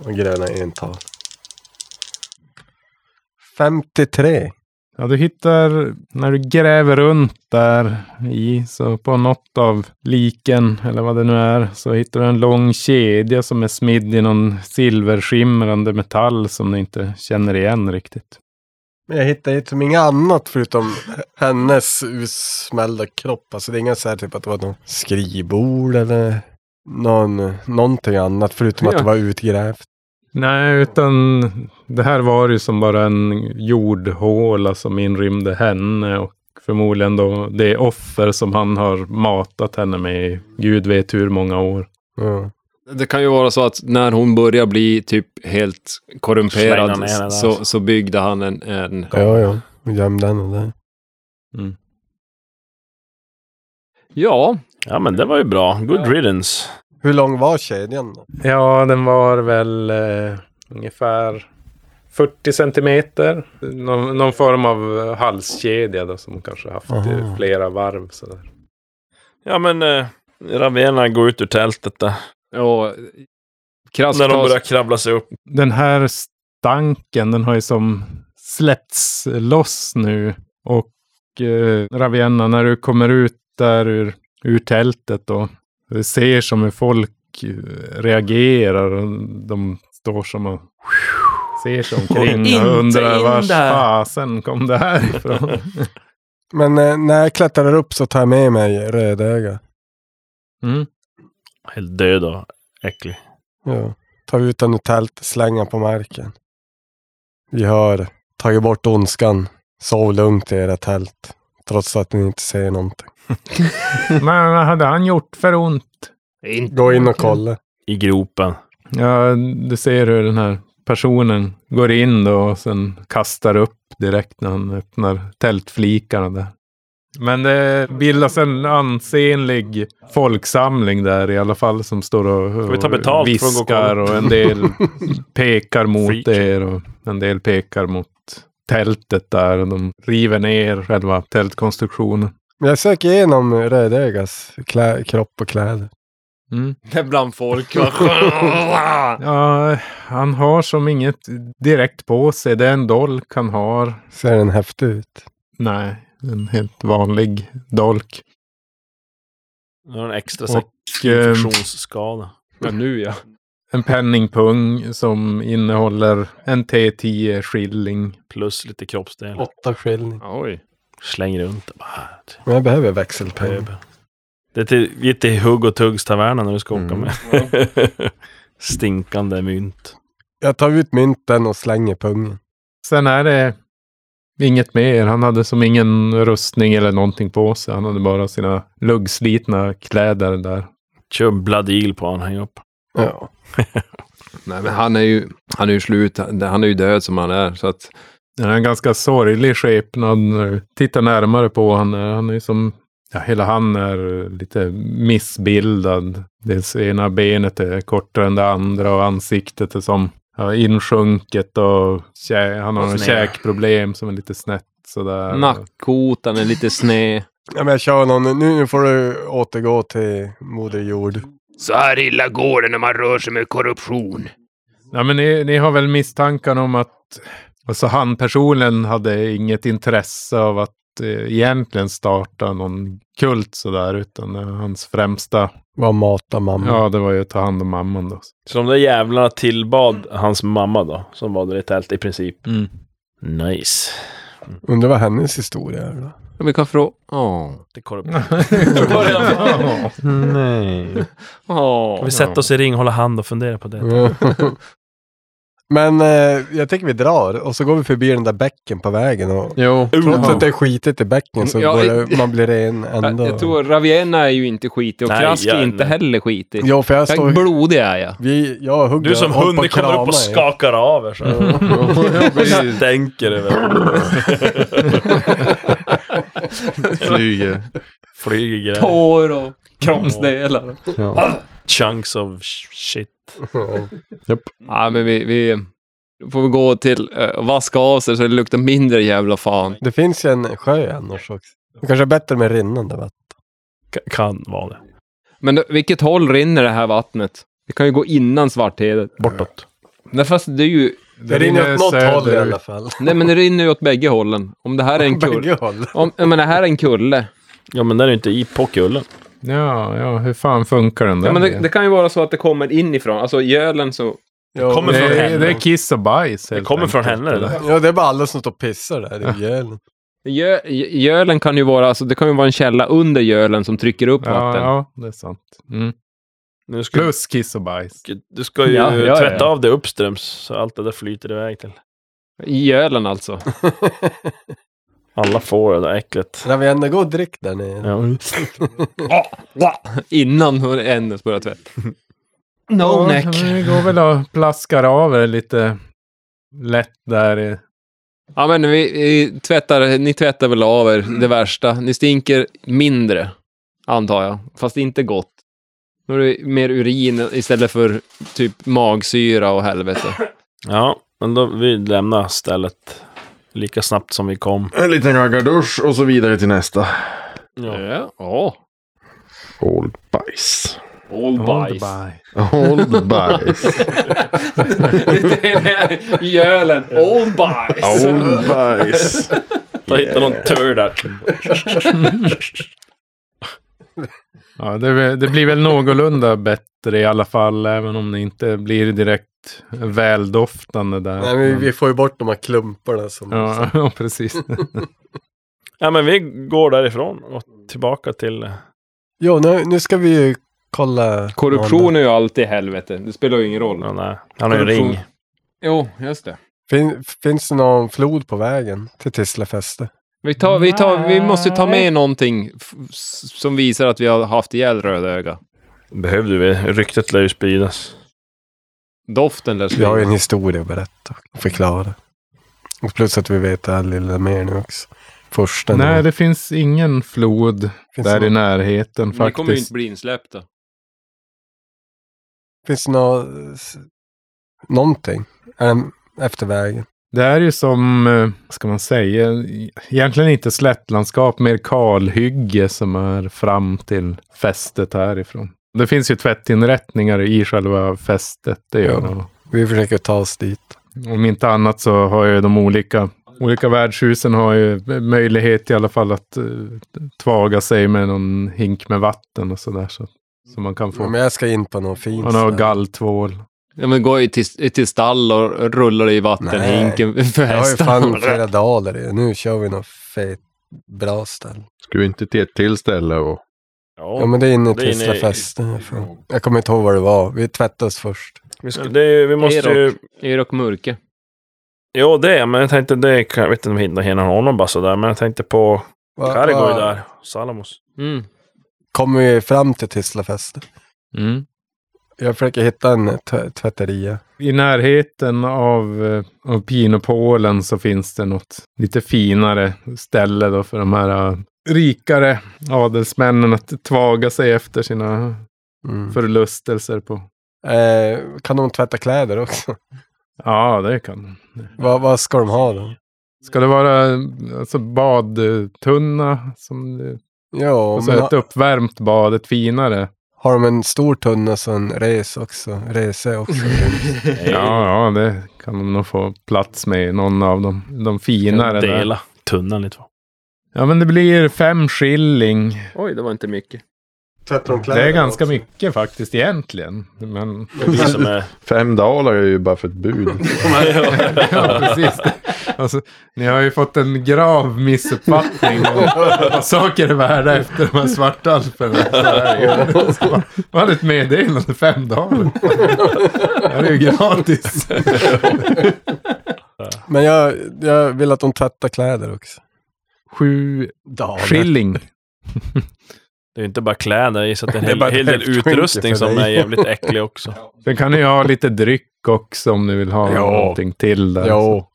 [SPEAKER 4] Och gröna är ental. 53.
[SPEAKER 3] Ja, du hittar, när du gräver runt där i, så på något av liken, eller vad det nu är, så hittar du en lång kedja som är smidd i någon silverskimrande metall som du inte känner igen riktigt.
[SPEAKER 4] Men jag hittar ju liksom inget annat förutom hennes utsmällda kropp. Alltså det är inget så här typ att det var någon skrivbord eller någon, någonting annat förutom att det var utgrävt.
[SPEAKER 3] Nej, utan det här var ju som bara en jordhåla som inrymde henne och förmodligen då det offer som han har matat henne med i gud vet hur många år.
[SPEAKER 4] Ja.
[SPEAKER 5] Det kan ju vara så att när hon börjar bli typ helt
[SPEAKER 2] Slängde han ner henne där
[SPEAKER 5] korrumperad
[SPEAKER 2] alltså.
[SPEAKER 5] så, så byggde han en... en
[SPEAKER 4] Ja, ja. Och Gömde henne där.
[SPEAKER 5] ja,
[SPEAKER 2] Ja, men det var ju bra. Good riddance.
[SPEAKER 4] Hur lång var kedjan då?
[SPEAKER 3] Ja, den var väl eh, ungefär 40 centimeter. Någon, någon form av eh, halskedja då, som kanske haft eh,
[SPEAKER 4] Aha.
[SPEAKER 3] flera varv. Sådär.
[SPEAKER 2] Ja, men eh, Ravena går ut ur tältet där.
[SPEAKER 5] och krasst
[SPEAKER 2] När de
[SPEAKER 5] tas-
[SPEAKER 2] börjar kravla sig upp.
[SPEAKER 3] Den här stanken, den har ju som släppts loss nu. Och eh, Ravenna, när du kommer ut där ur, ur tältet då, du ser som hur folk eh, reagerar. och De står som och ser sig omkring och undrar vars fasen kom det här ifrån.
[SPEAKER 4] Men eh, när jag klättrar upp så tar jag med mig rödöga.
[SPEAKER 3] Mm.
[SPEAKER 2] Helt död och äcklig.
[SPEAKER 4] Ja. Ta ut den ur tältet, släng den på marken. Vi har tagit bort ondskan. Sov lugnt i era tält. Trots att ni inte säger någonting.
[SPEAKER 3] Men vad hade han gjort för ont?
[SPEAKER 4] Gå in och kolla.
[SPEAKER 2] I gropen.
[SPEAKER 3] Ja, du ser hur den här personen går in då och sen kastar upp direkt när han öppnar tältflikarna där. Men det bildas en ansenlig folksamling där i alla fall som står och,
[SPEAKER 2] vi ta betalt för
[SPEAKER 3] och
[SPEAKER 2] att gå och
[SPEAKER 3] viskar
[SPEAKER 2] kolla?
[SPEAKER 3] och en del pekar mot
[SPEAKER 2] Freak.
[SPEAKER 3] er och en del pekar mot tältet där. Och de river ner själva tältkonstruktionen.
[SPEAKER 4] Men Jag söker igenom Rödögas klä- kropp och kläder.
[SPEAKER 3] Mm.
[SPEAKER 5] Bland folk. va?
[SPEAKER 3] Ja, han har som inget direkt på sig. Det är en dolk han har.
[SPEAKER 4] Ser den häftig ut?
[SPEAKER 3] Nej, en helt vanlig dolk.
[SPEAKER 2] Nu har en extra
[SPEAKER 3] Och, ehm,
[SPEAKER 2] sektionsskada.
[SPEAKER 5] ja, nu ja.
[SPEAKER 3] En penningpung som innehåller en T10 skilling.
[SPEAKER 2] Plus lite kroppsdelar.
[SPEAKER 4] Åtta skillning.
[SPEAKER 5] Oj.
[SPEAKER 2] Släng runt det bara. typ.
[SPEAKER 4] Men jag behöver
[SPEAKER 2] Mm.
[SPEAKER 4] växelpengar.
[SPEAKER 2] Det är till, ge till Hugg och Tuggs taverna när du ska åka
[SPEAKER 6] Mm.
[SPEAKER 2] med. Stinkande mynt.
[SPEAKER 4] Jag tar ut mynten och slänger pungen.
[SPEAKER 3] Sen är det inget mer. Han hade som ingen rustning eller någonting på sig. Han hade bara sina luggslitna kläder där.
[SPEAKER 2] Kör bladil på honom, häng upp.
[SPEAKER 4] Ja.
[SPEAKER 5] Nej, men han är ju, han är ju slut. Han han är ju död som han är. Så att,
[SPEAKER 3] Det är en ganska sorglig skepnad. när du Tittar närmare på honom. Han är ju som... Ja, hela han är eh, lite missbildad. Det ena benet är kortare än det andra och ansiktet är som ja, insjunket och kä- han har
[SPEAKER 2] Och
[SPEAKER 3] en
[SPEAKER 2] sneda.
[SPEAKER 3] käkproblem som är lite snett sådär.
[SPEAKER 5] nackkotan är lite sned.
[SPEAKER 4] ja men jag kör någon. Nu nu får du återgå till Moder Jord.
[SPEAKER 8] Så här illa går det när man rör sig med korruption.
[SPEAKER 3] Ja, men ni, ni har väl misstankar om att alltså han personligen hade inget intresse av att eh, egentligen starta någon kult sådär utan eh, hans främsta,
[SPEAKER 4] Vad matar mamma?
[SPEAKER 3] ja det var ju att ta hand om mamman då.
[SPEAKER 2] Så de där jävlarna tillbad hans mamma då, som var där i tält i princip.
[SPEAKER 3] Mm.
[SPEAKER 2] Nice.
[SPEAKER 4] Undrar vad hennes historia är då?
[SPEAKER 5] Ja, Vi kan fråga... Åh.
[SPEAKER 2] Det korruption.
[SPEAKER 6] Nej.
[SPEAKER 5] Åh.
[SPEAKER 2] Kan vi sätta oss i ring, hålla hand och fundera på det?
[SPEAKER 4] Men eh, jag tänker vi drar och så går vi förbi den där bäcken på vägen. Och
[SPEAKER 3] jo.
[SPEAKER 4] trots att det är skitigt i bäcken så
[SPEAKER 5] Ja,
[SPEAKER 4] går
[SPEAKER 5] i-
[SPEAKER 4] det, man blir ren
[SPEAKER 5] Jag,
[SPEAKER 4] ändå.
[SPEAKER 5] jag tror Ravienna är ju inte skitig och
[SPEAKER 2] Nej,
[SPEAKER 5] Krask
[SPEAKER 2] jag-
[SPEAKER 5] är inte heller skitig.
[SPEAKER 4] Ja, för jag
[SPEAKER 5] Jag,
[SPEAKER 4] står...
[SPEAKER 5] blodig är jag.
[SPEAKER 4] Vi, jag hugger
[SPEAKER 2] Du som
[SPEAKER 4] håller på
[SPEAKER 2] hund, ni
[SPEAKER 4] att
[SPEAKER 2] kommer upp
[SPEAKER 4] krama
[SPEAKER 2] och
[SPEAKER 4] er. Mm.
[SPEAKER 2] skakar av er så. Stänker det väl.
[SPEAKER 6] Flyger.
[SPEAKER 2] Flyger grejer.
[SPEAKER 5] Tår och kroppsdelar.
[SPEAKER 6] Ja.
[SPEAKER 2] Chunks of sh- shit.
[SPEAKER 5] Ja, men vi, vi får vi gå till eh, och vaska av sig så det luktar mindre jävla fan.
[SPEAKER 4] Det finns ju en sjö annars också. Det kanske är bättre med rinnande vatten.
[SPEAKER 2] Ka- Kan vara det.
[SPEAKER 5] Men då, vilket håll rinner det här vattnet? Det kan ju gå innan Svarthedet.
[SPEAKER 2] Bortåt.
[SPEAKER 5] Nej, fast det är ju...
[SPEAKER 4] Det rinner åt något håll i alla fall.
[SPEAKER 5] Nej, men det rinner ju åt bägge hållen. Om det här är en kulle.
[SPEAKER 4] Bägge håll.
[SPEAKER 5] Om, jag menar, här är en kulle.
[SPEAKER 2] Ja, men den är ju inte i på kullen.
[SPEAKER 3] Ja, ja, hur fan funkar den där?
[SPEAKER 5] Ja, men det, det kan ju vara så att det kommer inifrån. Alltså gölen så...
[SPEAKER 4] Ja,
[SPEAKER 2] kommer
[SPEAKER 3] det,
[SPEAKER 2] från
[SPEAKER 3] är,
[SPEAKER 2] henne.
[SPEAKER 3] det är kiss och bajs
[SPEAKER 2] Det kommer från henne det där.
[SPEAKER 4] Ja, det är bara alla som står och pissar där i gölen.
[SPEAKER 5] Gö, gölen kan ju vara... Alltså, det kan ju vara en källa under gölen som trycker upp
[SPEAKER 3] Ja,
[SPEAKER 5] vatten.
[SPEAKER 3] ja, det är sant. Mm.
[SPEAKER 2] Nu ska du,
[SPEAKER 3] Plus kiss och bajs.
[SPEAKER 2] du ska ju
[SPEAKER 5] Ja, ja, ja.
[SPEAKER 2] tvätta av det uppströms, så allt det där flyter iväg till.
[SPEAKER 5] I gölen alltså.
[SPEAKER 2] Alla får det där äcklet.
[SPEAKER 4] När vi ändå går och drick där nere.
[SPEAKER 2] Ja.
[SPEAKER 5] Innan hon ens börjar tvätta.
[SPEAKER 3] Ja, men Vi går väl och plaskar av er lite lätt där. i-
[SPEAKER 5] Ja, men vi, vi tvättar, ni tvättar väl av er det värsta. Ni stinker mindre, antar jag. Fast inte gott. Nu är det mer urin istället för typ magsyra och helvete.
[SPEAKER 2] Ja, men då vi lämnar stället lika snabbt som vi kom.
[SPEAKER 6] En liten raggardusch och så vidare till nästa.
[SPEAKER 2] Ja.
[SPEAKER 5] Ja. ja.
[SPEAKER 6] Old bajs.
[SPEAKER 5] All bajs.
[SPEAKER 6] Old bajs.
[SPEAKER 5] Gölen. All bajs.
[SPEAKER 6] Old bajs.
[SPEAKER 2] Då hittar någon tur där.
[SPEAKER 3] Ja, det, är väl- det blir väl någorlunda bättre i alla fall, även om det inte blir direkt väldoftande där.
[SPEAKER 4] Nej, men vi får ju bort de här klumparna som...
[SPEAKER 3] Ja, ja, precis.
[SPEAKER 2] Ja, men vi går därifrån och tillbaka till... eh,
[SPEAKER 4] Jo, nu, nu ska vi ju Kolla.
[SPEAKER 5] Korruption är ju alltid helvete. Det spelar ju ingen roll.
[SPEAKER 2] Ja, nej. Han har ju en
[SPEAKER 5] Korruption.
[SPEAKER 2] ring.
[SPEAKER 5] Jo, just det.
[SPEAKER 4] Fin, finns det någon flod på vägen till Tislafäste?
[SPEAKER 5] Vi, tar, vi, tar, vi måste ta med någonting f- s- som visar att vi har haft ihjäl Rödöga.
[SPEAKER 2] Behövde vi. Ryktet lär ju spridas.
[SPEAKER 5] Doften lär
[SPEAKER 4] Vi har ju en
[SPEAKER 5] skriva.
[SPEAKER 4] historia att berätta och förklara. Och plus att vi vet det här lilla mer nu också. Försten.
[SPEAKER 3] Nej, det finns ingen flod
[SPEAKER 4] finns
[SPEAKER 3] där
[SPEAKER 4] det
[SPEAKER 3] i
[SPEAKER 4] någon,
[SPEAKER 3] närheten
[SPEAKER 5] Vi kommer ju
[SPEAKER 3] faktiskt.
[SPEAKER 5] inte bli insläppta.
[SPEAKER 4] finns det någon, någonting? Är den efter vägen?
[SPEAKER 3] Det här är ju som, eh, vad ska man säga, egentligen inte slättlandskap, mer kalhygge som är fram till fästet härifrån. Det finns ju tvättinrättningar i själva fästet, det gör
[SPEAKER 4] Ja.
[SPEAKER 3] det.
[SPEAKER 4] Vi försöker ta oss dit.
[SPEAKER 3] Om inte annat så har ju de olika, olika värdshusen har ju möjlighet i alla fall att eh, tvaga sig med någon hink med vatten och sådär. Så, så man kan
[SPEAKER 4] Men
[SPEAKER 3] få.
[SPEAKER 4] jag ska in på någon fin
[SPEAKER 3] Man har
[SPEAKER 4] ställe.
[SPEAKER 3] galltvål.
[SPEAKER 5] Ja, men går ju till, till stall och rullar i vattenhinken för
[SPEAKER 4] Jag har ju
[SPEAKER 5] hästarna.
[SPEAKER 4] fan flera dagar i det. Nu kör vi någon fet, bra ställe.
[SPEAKER 6] Ska vi inte till ett till ställe och...
[SPEAKER 4] Ja, men det är inne i
[SPEAKER 2] det är inne i-
[SPEAKER 4] Tislafäste. Jag kommer inte ihåg vad det var. Vi tvättade oss först.
[SPEAKER 2] Vi, ska, det, är ju- vi måste ju...
[SPEAKER 5] Erok Mörke.
[SPEAKER 2] Jo, det. Men jag tänkte det... kan- Jag vet inte om vi hinner hinner honom bara sådär. Men jag tänkte på...
[SPEAKER 4] Va-
[SPEAKER 2] Kari går ju
[SPEAKER 4] va-
[SPEAKER 2] där. Salamos.
[SPEAKER 5] Mm.
[SPEAKER 4] Kommer vi fram till Tislafäste?
[SPEAKER 3] Mm.
[SPEAKER 4] Jag försöker hitta en t- tvätteria.
[SPEAKER 3] I närheten av, eh, av Pinopolen så finns det något lite finare ställe då för de här eh, rikare adelsmännen att tvaga sig efter sina
[SPEAKER 4] Mm.
[SPEAKER 3] förlustelser på.
[SPEAKER 4] Eh, kan de tvätta kläder också?
[SPEAKER 3] Ja, det kan de.
[SPEAKER 4] vad, vad ska de ha då?
[SPEAKER 3] Ska det vara eh, alltså, badtunna? Som, eh,
[SPEAKER 4] Ja,
[SPEAKER 3] alltså
[SPEAKER 4] men
[SPEAKER 3] ett
[SPEAKER 4] ha,
[SPEAKER 3] uppvärmt bad, ett finare?
[SPEAKER 4] har de en stor tunna så en res också? Rese också?
[SPEAKER 3] Ja, ja, det kan de nog få plats med i någon av de, de finare. Där.
[SPEAKER 2] Dela tunnan i två.
[SPEAKER 3] Ja, men det blir fem skilling
[SPEAKER 5] Oj, det var inte mycket.
[SPEAKER 4] Tvättar de
[SPEAKER 3] Det är ganska mycket faktiskt egentligen. Men,
[SPEAKER 2] Det är vi som är...
[SPEAKER 6] Fem dagar är ju bara för ett bud.
[SPEAKER 3] ja, precis. Alltså, ni har ju fått en grav missuppfattning om vad saker är värda efter de här svarta alperna. Så här är det. Så bara, Man hade ett meddelande fem dagar. Det här är ju gratis.
[SPEAKER 4] Men jag, jag vill att de tvättar kläder också.
[SPEAKER 3] Sju
[SPEAKER 4] Dagar.
[SPEAKER 3] skilling.
[SPEAKER 2] Det är ju inte bara kläder. Jag gissar att det är en
[SPEAKER 4] Det är
[SPEAKER 2] hel,
[SPEAKER 4] bara
[SPEAKER 2] hel del
[SPEAKER 4] hälften
[SPEAKER 2] utrustning
[SPEAKER 4] för
[SPEAKER 2] som
[SPEAKER 4] dig.
[SPEAKER 2] är jävligt äcklig också.
[SPEAKER 3] Sen kan ni ha lite dryck också om ni vill ha
[SPEAKER 4] Ja.
[SPEAKER 3] någonting till där.
[SPEAKER 4] Jo,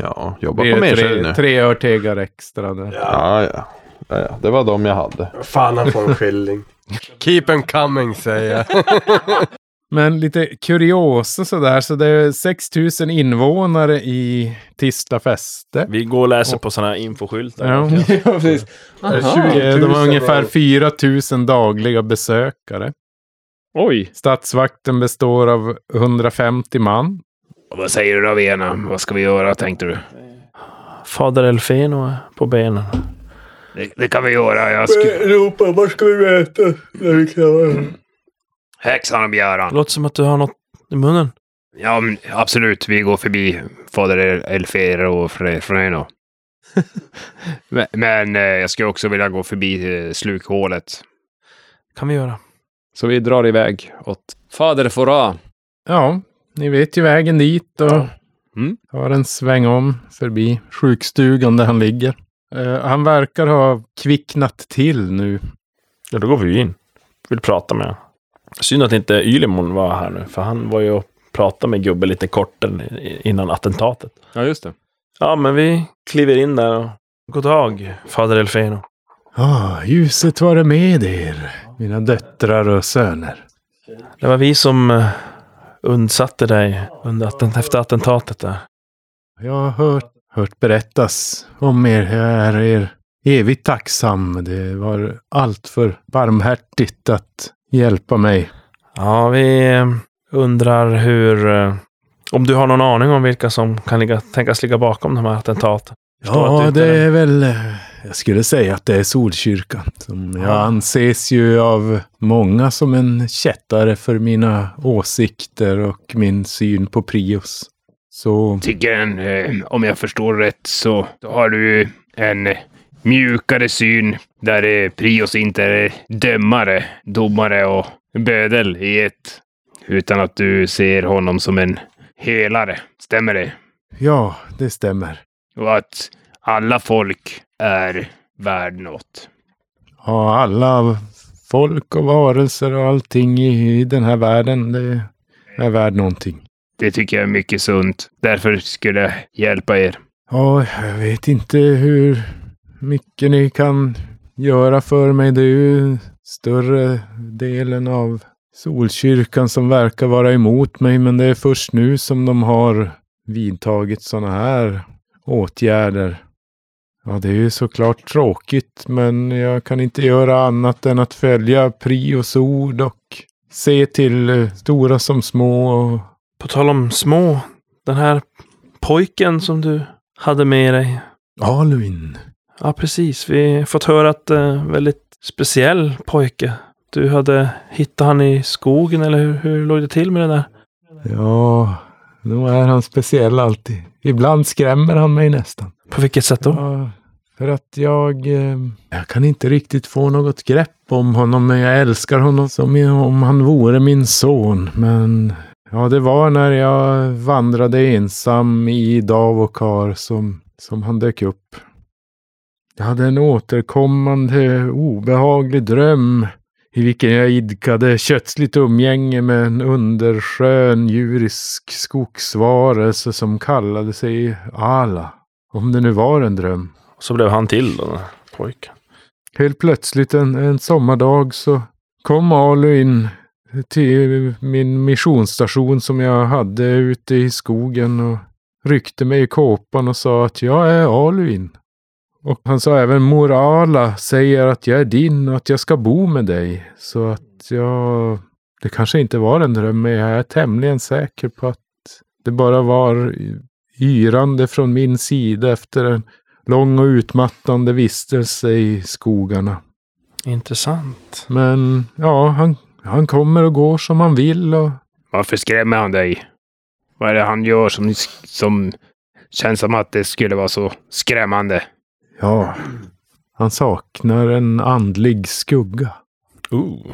[SPEAKER 6] Ja, jobba
[SPEAKER 3] Det
[SPEAKER 6] på
[SPEAKER 3] är
[SPEAKER 6] mer
[SPEAKER 3] tre,
[SPEAKER 6] nu.
[SPEAKER 3] tre örtegar extra där.
[SPEAKER 6] Ja, ja. Ja, ja. Det var de jag hade.
[SPEAKER 4] fan han får en skilling. Keep them coming säger jag.
[SPEAKER 3] Men lite kuriosa sådär, så det är 6 000 invånare i Tista fäste.
[SPEAKER 2] Vi går och läser på sådana här infoskyltar.
[SPEAKER 3] Ja.
[SPEAKER 5] precis. Aha.
[SPEAKER 3] Eh, De har ungefär 4 000 dagliga besökare.
[SPEAKER 5] Oj.
[SPEAKER 3] Statsvakten består av 150 man.
[SPEAKER 8] Vad säger du Ravena? Vad ska vi göra tänkte du?
[SPEAKER 2] Fader Elfeno är på benen.
[SPEAKER 8] Det, det kan vi göra. Jag sku...
[SPEAKER 4] Ropa, vad ska vi äta? När vi klarar
[SPEAKER 8] Häxan och
[SPEAKER 2] Det
[SPEAKER 8] Bjäran.
[SPEAKER 2] låter som att du har något i munnen.
[SPEAKER 8] Ja, men absolut. Vi går förbi fader El- Elfero och Fre- Freno. men men eh, jag skulle också vilja gå förbi eh, slukhålet.
[SPEAKER 2] kan vi göra.
[SPEAKER 5] Så vi drar iväg åt Fader Fora.
[SPEAKER 3] Ja, ni vet ju vägen dit och
[SPEAKER 5] Mm.
[SPEAKER 3] har en sväng om förbi sjukstugan där han ligger. Eh, Han verkar ha kvicknat till nu.
[SPEAKER 2] Ja, då går vi ju in. Vill prata med honom. Synd att inte Ylimon var här nu, för han var ju och pratade med gubben lite kort i- innan attentatet.
[SPEAKER 5] Ja, just det.
[SPEAKER 2] Ja, men vi kliver in där och... God dag, fader Elfeno.
[SPEAKER 3] Ah, ljuset vare med er, mina döttrar och söner.
[SPEAKER 2] Det var vi som eh, undsatte dig under atten- efter attentatet där.
[SPEAKER 3] Jag har hört, hört berättas om er. Jag är er evigt tacksam. Det var allt för barmhärtigt att hjälpa mig.
[SPEAKER 2] Ja, vi eh, undrar hur... eh, Om du har någon aning om vilka som kan ligga, tänkas ligga bakom de här attentaten? Förstår
[SPEAKER 3] Ja,
[SPEAKER 2] att du inte
[SPEAKER 3] det
[SPEAKER 2] är-
[SPEAKER 3] är väl... eh, Jag skulle säga att det är Solkyrkan. Som jag
[SPEAKER 2] Ja.
[SPEAKER 3] anses ju av många som en kättare för mina åsikter och min syn på Prius. Så
[SPEAKER 8] Tycker en, eh, om jag förstår rätt så då har du en eh, mjukare syn där eh, prios inte är dömare, domare och bödel i ett. Utan att du ser honom som en helare. Stämmer det?
[SPEAKER 3] Ja, det stämmer.
[SPEAKER 8] Och att alla folk är värd något.
[SPEAKER 3] Ja, alla folk och varelser och allting i, i den här världen, det är värd någonting.
[SPEAKER 8] Det tycker jag är mycket sunt. Därför skulle jag hjälpa er.
[SPEAKER 3] Ja, jag vet inte hur mycket ni kan göra för mig. Det är ju större delen av Solkyrkan som verkar vara emot mig, men det är först nu som de har vidtagit sådana här åtgärder. Ja, det är ju såklart tråkigt, men jag kan inte göra annat än att följa prios ord och se till eh, stora som små och
[SPEAKER 2] På tal om små, den här pojken som du hade med dig.
[SPEAKER 3] Alvin.
[SPEAKER 2] Ja, precis. Vi har fått höra att eh, väldigt speciell pojke. Du hade hittat han i skogen, eller hur, hur låg det till med det där?
[SPEAKER 3] Ja, nog är han speciell alltid. Ibland skrämmer han mig nästan.
[SPEAKER 2] På vilket sätt då?
[SPEAKER 3] Ja, för att jag... eh, Jag kan inte riktigt få något grepp om honom, men jag älskar honom som om han vore min son. Men... Ja, det var när jag vandrade ensam i Davokar som, som han dök upp. Jag hade en återkommande obehaglig dröm i vilken jag idkade kötsligt umgänge med en underskön djurisk skogsvarelse som kallade sig Ala. Om det nu var en dröm.
[SPEAKER 2] Så blev han till då, den här pojken.
[SPEAKER 3] Helt plötsligt en, en sommardag så kom Alu in till min missionsstation som jag hade ute i skogen och ryckte mig i kåpan och sa att jag är Aluin. Och han sa även Morala säger att jag är din och att jag ska bo med dig. Så att jag... Det kanske inte var en dröm, men jag är tämligen säker på att det bara var yrande från min sida efter en lång och utmattande vistelse i skogarna.
[SPEAKER 2] Intressant.
[SPEAKER 3] Men ja, han, han kommer och går som han vill och
[SPEAKER 8] Varför skrämmer han dig? Vad är det han gör som, som känns som att det skulle vara så skrämmande?
[SPEAKER 3] ja, han saknar en andlig skugga.
[SPEAKER 2] Ooh.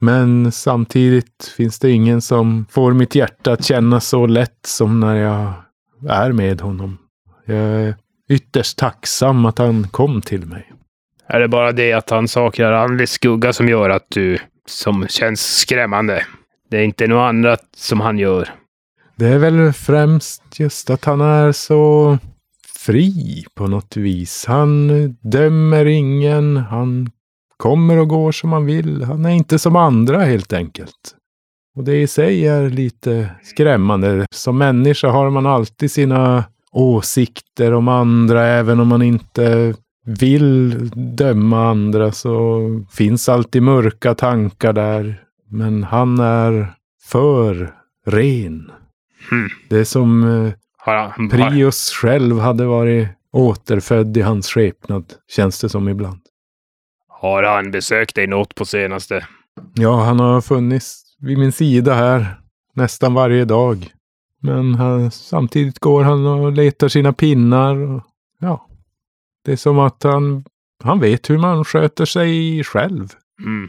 [SPEAKER 3] Men samtidigt finns det ingen som får mitt hjärta att känna så lätt som när jag är med honom. Jag är ytterst tacksam att han kom till mig.
[SPEAKER 8] Är det bara det att han saknar andlig skugga som gör att du som känns skrämmande? Det är inte något annat som han gör.
[SPEAKER 3] Det är väl främst just att han är så fri på något vis. Han dömer ingen, han kommer och går som han vill. Han är inte som andra helt enkelt. Och det i sig är lite skrämmande. Som människa har man alltid sina åsikter om andra, även om man inte vill döma andra så finns alltid mörka tankar där. Men han är för ren. Det är som eh,
[SPEAKER 8] Har han, har,
[SPEAKER 3] Prius själv hade varit återfödd i hans skepnad, känns det som ibland.
[SPEAKER 8] har han besökt dig något på senaste?
[SPEAKER 3] Ja, han har funnits vid min sida här nästan varje dag. Men han, samtidigt går han och letar sina pinnar. Och, ja, det är som att han, han vet hur man sköter sig själv.
[SPEAKER 8] Mm.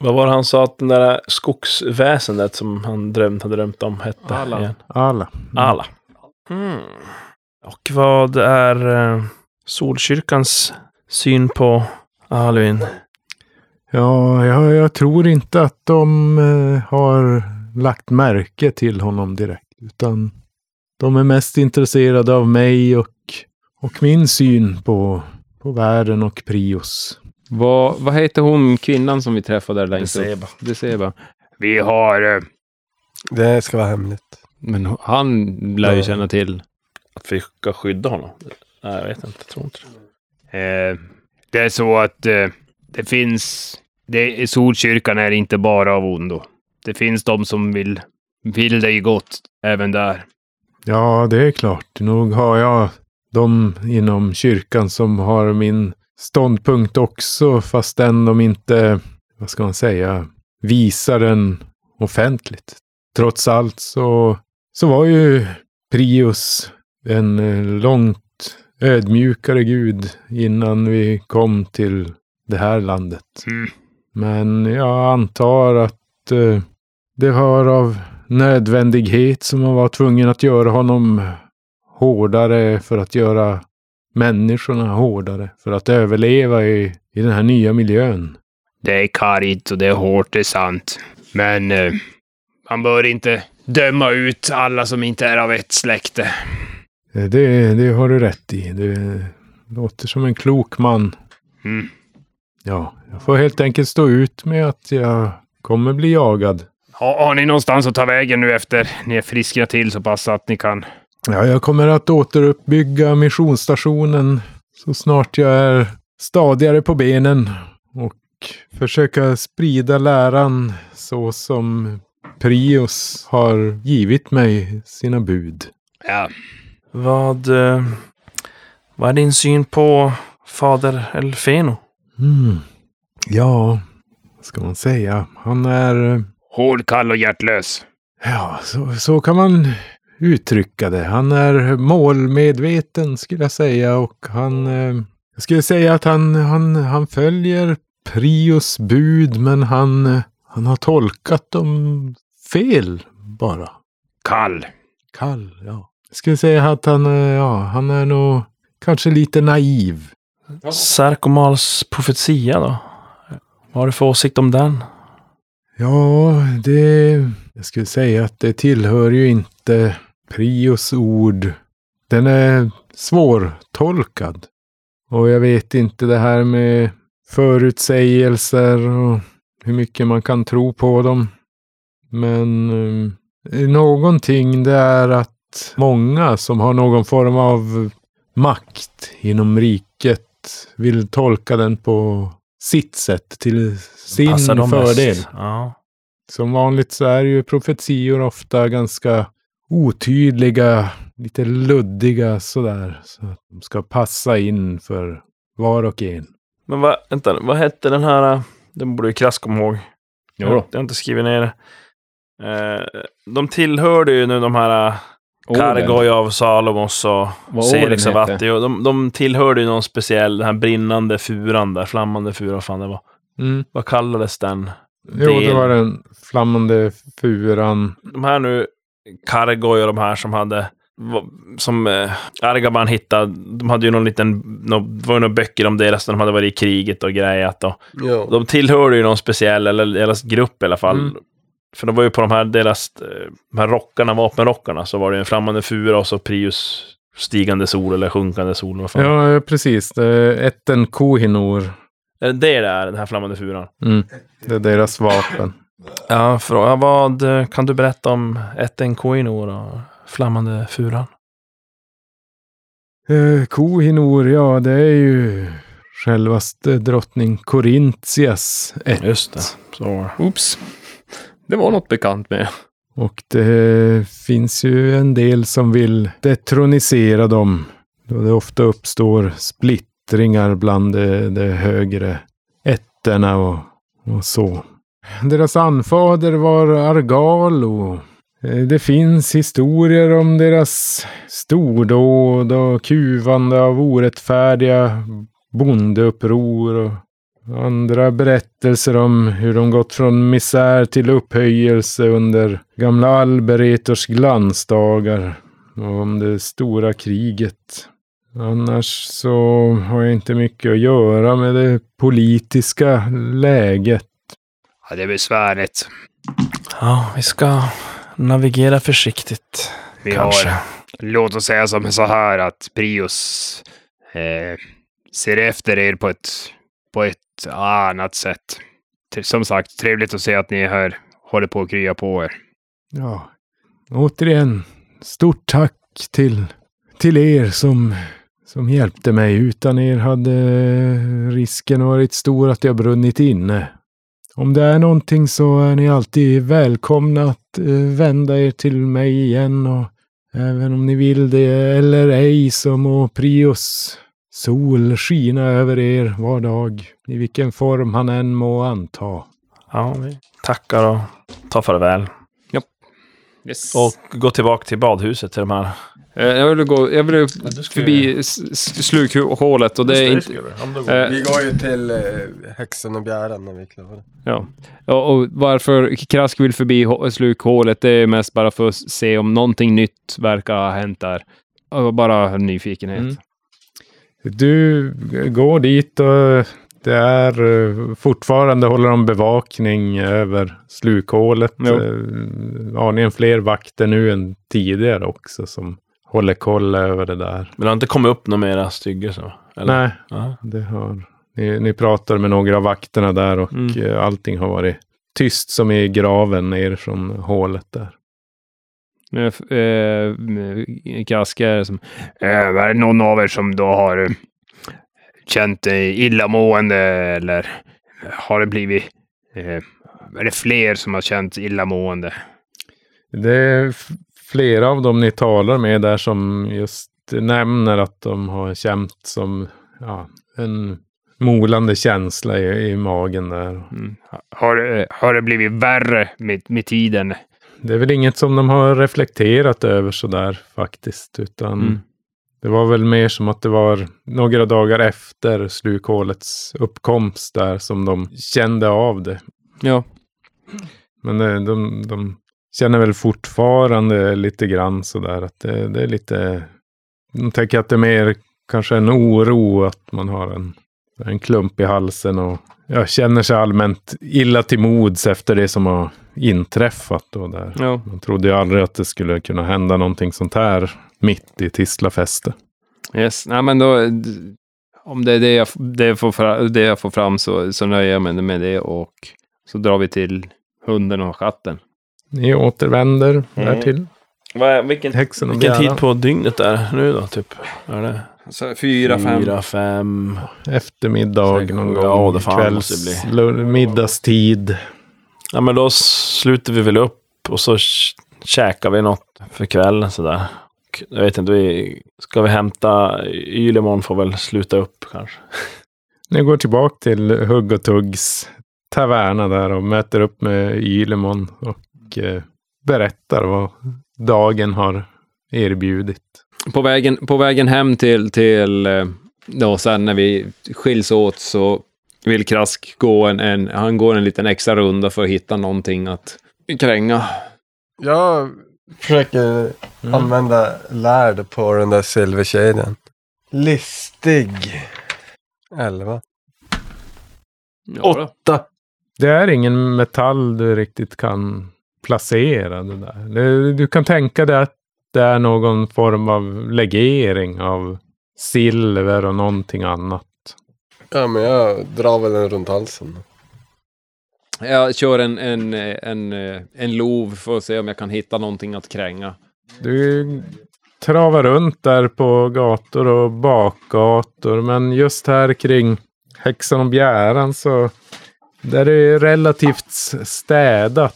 [SPEAKER 2] Vad var det han sa att den där skogsväsendet som han drömt hade drömt om hette?
[SPEAKER 5] Alla.
[SPEAKER 2] igen?
[SPEAKER 3] Alla.
[SPEAKER 2] Alla. Mm. Och vad är eh, Solkyrkans syn på Alvin?
[SPEAKER 3] Ja, jag, jag tror inte att de eh, har lagt märke till honom direkt. Utan de är mest intresserade av mig och, och min syn på, på världen och Prios.
[SPEAKER 5] Vad, vad heter hon, kvinnan som vi träffade där längst upp? Deseba.
[SPEAKER 8] Vi har... eh,
[SPEAKER 4] Det ska vara hemligt.
[SPEAKER 5] Men ho- han lär ju känna till.
[SPEAKER 2] Att vi ska skydda honom? Nej, jag vet inte. Jag tror inte det.
[SPEAKER 8] Eh, det är så att eh, det finns... Det, är- Solkyrkan är inte bara av ondo. Det finns de som vill, vill dig gott även där.
[SPEAKER 3] Ja, det är klart. Nog har jag de inom kyrkan som har min ståndpunkt också, fastän de inte, vad ska man säga, visar den offentligt. Trots allt så, så var ju Prius en eh, långt ödmjukare gud innan vi kom till det här landet.
[SPEAKER 8] Mm.
[SPEAKER 3] Men jag antar att eh, det har av nödvändighet som man var tvungen att göra honom hårdare för att göra människorna hårdare för att överleva i, i den här nya miljön.
[SPEAKER 8] Det är kargt och det är hårt, det är sant. Men eh, man bör inte döma ut alla som inte är av ett släkte.
[SPEAKER 3] Eh, Det, det har du rätt i. Det låter som en klok man.
[SPEAKER 8] Mm.
[SPEAKER 3] Ja, jag får helt enkelt stå ut med att jag kommer bli jagad.
[SPEAKER 8] Ha, har ni någonstans att ta vägen nu efter ni är friskna till så pass att ni kan...
[SPEAKER 3] Ja, jag kommer att återuppbygga missionsstationen så snart jag är stadigare på benen och försöka sprida läran så som Prius har givit mig sina bud.
[SPEAKER 8] Ja.
[SPEAKER 2] Vad, eh, vad är din syn på fader Elfeno?
[SPEAKER 3] Mm. Ja, vad ska man säga? Han är... eh,
[SPEAKER 8] Hård, kall och hjärtlös.
[SPEAKER 3] Ja, så, så kan man uttrycka det. Han är målmedveten skulle jag säga och han... Eh, jag skulle säga att han, han, han följer Prios bud men han, eh, han har tolkat dem fel bara.
[SPEAKER 8] Kall.
[SPEAKER 3] Kall, ja. Jag skulle säga att han, eh, ja, han är nog kanske lite naiv.
[SPEAKER 2] Sarkomals profetia då? Vad har du för åsikt om den?
[SPEAKER 3] Ja, det... Jag skulle säga att det tillhör ju inte Prios ord. Den är svårtolkad. Och jag vet inte det här med förutsägelser och hur mycket man kan tro på dem. Men eh, någonting det är att många som har någon form av makt inom riket vill tolka den på sitt sätt till sin
[SPEAKER 2] Passar de bäst?
[SPEAKER 3] fördel.
[SPEAKER 2] Ja.
[SPEAKER 3] Som vanligt så är ju profetior ofta ganska otydliga, lite luddiga sådär. Så att de ska passa in för var och en.
[SPEAKER 2] Men vad, vänta, vad hette den här? eh, Den borde ju Krask komma ihåg.
[SPEAKER 5] Jo
[SPEAKER 2] Jag,
[SPEAKER 5] då.
[SPEAKER 2] jag har inte skrivit ner det. Eh, de tillhörde ju nu de här eh, Kargoj av Salomos och
[SPEAKER 5] Vad orden
[SPEAKER 2] Selix av
[SPEAKER 5] hette.
[SPEAKER 2] Atti. Och de, de tillhörde ju någon speciell, den här brinnande furan där, flammande fura, vad fan det var. Vad kallades den?
[SPEAKER 3] Jo, Mm. det
[SPEAKER 2] Del.
[SPEAKER 3] var den flammande furan.
[SPEAKER 2] De här nu, Kargoj och de här som hade, va- som eh, Argaban hittade, de hade ju någon liten, nå- det var ju några böcker om deras när de hade varit i kriget och grejat. Och,
[SPEAKER 4] Ja.
[SPEAKER 2] de tillhörde ju någon speciell, eller deras grupp i alla fall.
[SPEAKER 3] Mm.
[SPEAKER 2] För de var ju på de här, deras, eh, de här rockarna, vapenrockarna, så var det ju en flammande fura och så Prius stigande sol eller sjunkande sol. Vad fan.
[SPEAKER 3] Ja, precis. Det är Etten Kohinor.
[SPEAKER 2] Är det det där, den här flammande furan?
[SPEAKER 3] Mm. Det är deras vapen.
[SPEAKER 2] Ja, fråga, vad eh, kan du berätta om Etten Koinor och flammande furan?
[SPEAKER 3] Eh, Kohinor, ja det är ju självaste drottning Korintias ett
[SPEAKER 2] Just det. Så.
[SPEAKER 5] Oops. Det var något bekant med.
[SPEAKER 3] Och det finns ju en del som vill detronisera dem. Då det ofta uppstår splittringar bland de, de högre ätterna och, och så. Deras anfader var Argalo. Eh, Det finns historier om deras stordåd och kuvande av orättfärdiga bondeuppror och Andra berättelser om hur de gått från misär till upphöjelse under gamla Alberetors glansdagar och om det stora kriget. Annars så har jag inte mycket att göra med det politiska läget.
[SPEAKER 8] Ja, det är besvärligt.
[SPEAKER 2] Ja, vi ska navigera försiktigt.
[SPEAKER 8] Vi
[SPEAKER 2] kanske.
[SPEAKER 8] har, låt oss säga som så här att Prius eh, ser efter er på ett, på ett annat sätt. T- Som sagt, trevligt att se att ni är här håller på att krya på er.
[SPEAKER 3] Ja, återigen, stort tack till, till er som, som hjälpte mig. Utan er hade eh, risken varit stor att jag brunnit inne. Om det är någonting så är ni alltid välkomna att eh, vända er till mig igen och även om ni vill det eller ej så må Prius sol skina över er var dag i vilken form han än må anta.
[SPEAKER 2] Ja, vi tackar och tar farväl.
[SPEAKER 5] Yes.
[SPEAKER 2] Och gå tillbaka till badhuset till de här.
[SPEAKER 5] Eh, Jag vill gå jag vill förbi s- s- slukhålet och det är inte... eh,
[SPEAKER 4] Vi går ju till eh, häxan och bjäran när vi är klara.
[SPEAKER 5] Ja. Och, och varför Krask vill förbi hå- slukhålet, det är mest bara för att se om någonting nytt verkar ha hänt där. Och Bara nyfikenhet.
[SPEAKER 3] Mm. Du går dit och det är eh, fortfarande håller de bevakning över slukhålet.
[SPEAKER 5] Jo.
[SPEAKER 3] Eh, Aningen fler vakter nu än tidigare också som håller koll över det där.
[SPEAKER 2] Men det har inte kommit upp några mera stygge så? Eller?
[SPEAKER 3] Nej,
[SPEAKER 2] Ja.
[SPEAKER 3] det har... Ni, ni pratar med några av vakterna där och
[SPEAKER 2] Mm.
[SPEAKER 3] eh, allting har varit tyst som i graven ner från hålet där.
[SPEAKER 5] Nu är, eh, Krask är som...
[SPEAKER 8] Eh, är det någon av er som då har eh, känt eh, illamående eller har det blivit... Eh, är det fler som har känt illamående?
[SPEAKER 3] Det är f- flera av dem ni talar med där som just nämner att de har känt som ja, en molande känsla i, i magen där.
[SPEAKER 8] Mm. Har, eh, har det blivit värre med, med tiden?
[SPEAKER 3] Det är väl inget som de har reflekterat över sådär faktiskt, utan
[SPEAKER 5] Mm.
[SPEAKER 3] det var väl mer som att det var några dagar efter slukhålets uppkomst där som de kände av det.
[SPEAKER 5] Ja.
[SPEAKER 3] Men eh, de, de känner väl fortfarande lite grann sådär att det, det är lite... De tänker att det är mer kanske en oro att man har en, en klump i halsen och ja, känner sig allmänt illa till mods efter det som har inträffat. Då där.
[SPEAKER 5] ja.
[SPEAKER 3] Man trodde ju aldrig att det skulle kunna hända någonting sånt här mitt i Tislafäste.
[SPEAKER 5] Yes. Nej, men då... d- Om det är det jag, f- det jag, får, fram, det jag får fram så, så nöjer jag mig med det och så drar vi till hunden och katten.
[SPEAKER 3] Ni återvänder därtill.
[SPEAKER 2] Mm. Vad är, vilken
[SPEAKER 3] Häxan och
[SPEAKER 2] vilken tid
[SPEAKER 3] bjäran.
[SPEAKER 2] på dygnet är det nu då, typ? Är det?
[SPEAKER 5] fyra,
[SPEAKER 2] Fyra, fem.
[SPEAKER 3] Eftermiddag
[SPEAKER 2] Säkert.
[SPEAKER 3] någon
[SPEAKER 2] Ja,
[SPEAKER 3] gång.
[SPEAKER 2] det fan måste
[SPEAKER 3] kvälls,
[SPEAKER 2] det
[SPEAKER 3] lu- middagstid.
[SPEAKER 2] Ja, men då sluter vi väl upp och så ch- käkar vi något för kvällen sådär. Och Jag vet inte, vi, ska vi hämta Ylemon får väl sluta upp kanske.
[SPEAKER 3] Ni går tillbaka till Hugg och Tuggs taverna där och möter upp med Ylemon och eh, berättar vad dagen har erbjudit.
[SPEAKER 5] På vägen, på vägen hem till, till eh, då sen när vi skiljs åt så vill Krask gå en, en, han går en liten extra runda för att hitta någonting att kränga.
[SPEAKER 4] Jag försöker använda lärd på den där silverkedjan. Listig. Elva.
[SPEAKER 5] Ja, då.
[SPEAKER 3] Det är ingen metall du riktigt kan placera det där. Det- Du kan tänka dig att det är någon form av legering av silver och någonting annat.
[SPEAKER 4] Ja, men jag drar väl den runt halsen.
[SPEAKER 5] Jag kör en, en, eh, en, eh, en lov för att se om jag kan hitta någonting att kränga.
[SPEAKER 3] Du travar runt där på gator och bakgator. Men just här kring Häxan och Bjäran så där är det relativt s- städat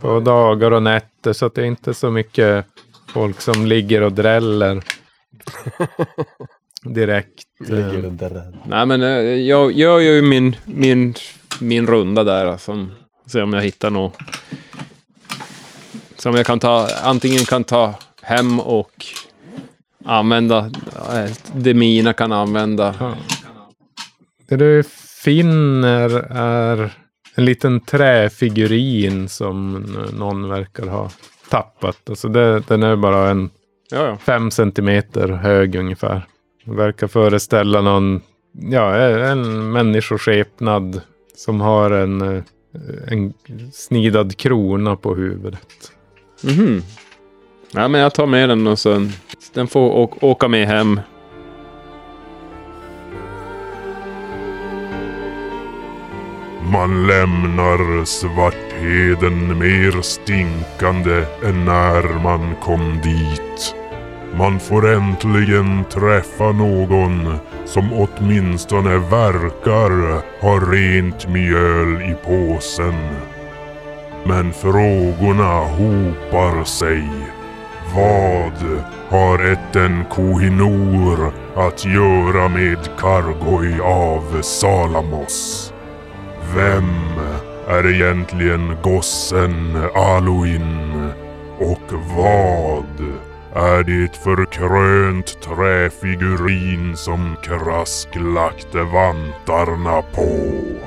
[SPEAKER 3] på dagar och nätter. Så att det är inte så mycket folk som ligger och dräller direkt.
[SPEAKER 4] Ligger den där.
[SPEAKER 5] Nej, men eh, jag jag gör ju min, min, min runda där. Alltså, se om jag hittar något. Som jag kan ta, antingen kan ta hem och använda eh, det mina kan använda.
[SPEAKER 3] Det du finner är en liten träfigurin som n- någon verkar ha tappat. Alltså det, den är bara en
[SPEAKER 5] Ja, ja.
[SPEAKER 3] fem centimeter hög ungefär. Verkar föreställa någon, ja, en människoskepnad som har en, eh, en snidad krona på huvudet.
[SPEAKER 5] Mhm. Ja, men jag tar med den och sen den får å- åka med hem.
[SPEAKER 1] Man lämnar Svartheden mer stinkande än när man kom dit. Man får äntligen träffa någon som åtminstone verkar ha rent mjöl i påsen. Men frågorna hopar sig. Vad har etten Kohinor att göra med Kargoj av Salamos? Vem är egentligen gossen Aluin? Och vad är det för krönt träfigurin som krasklagt vantarna på?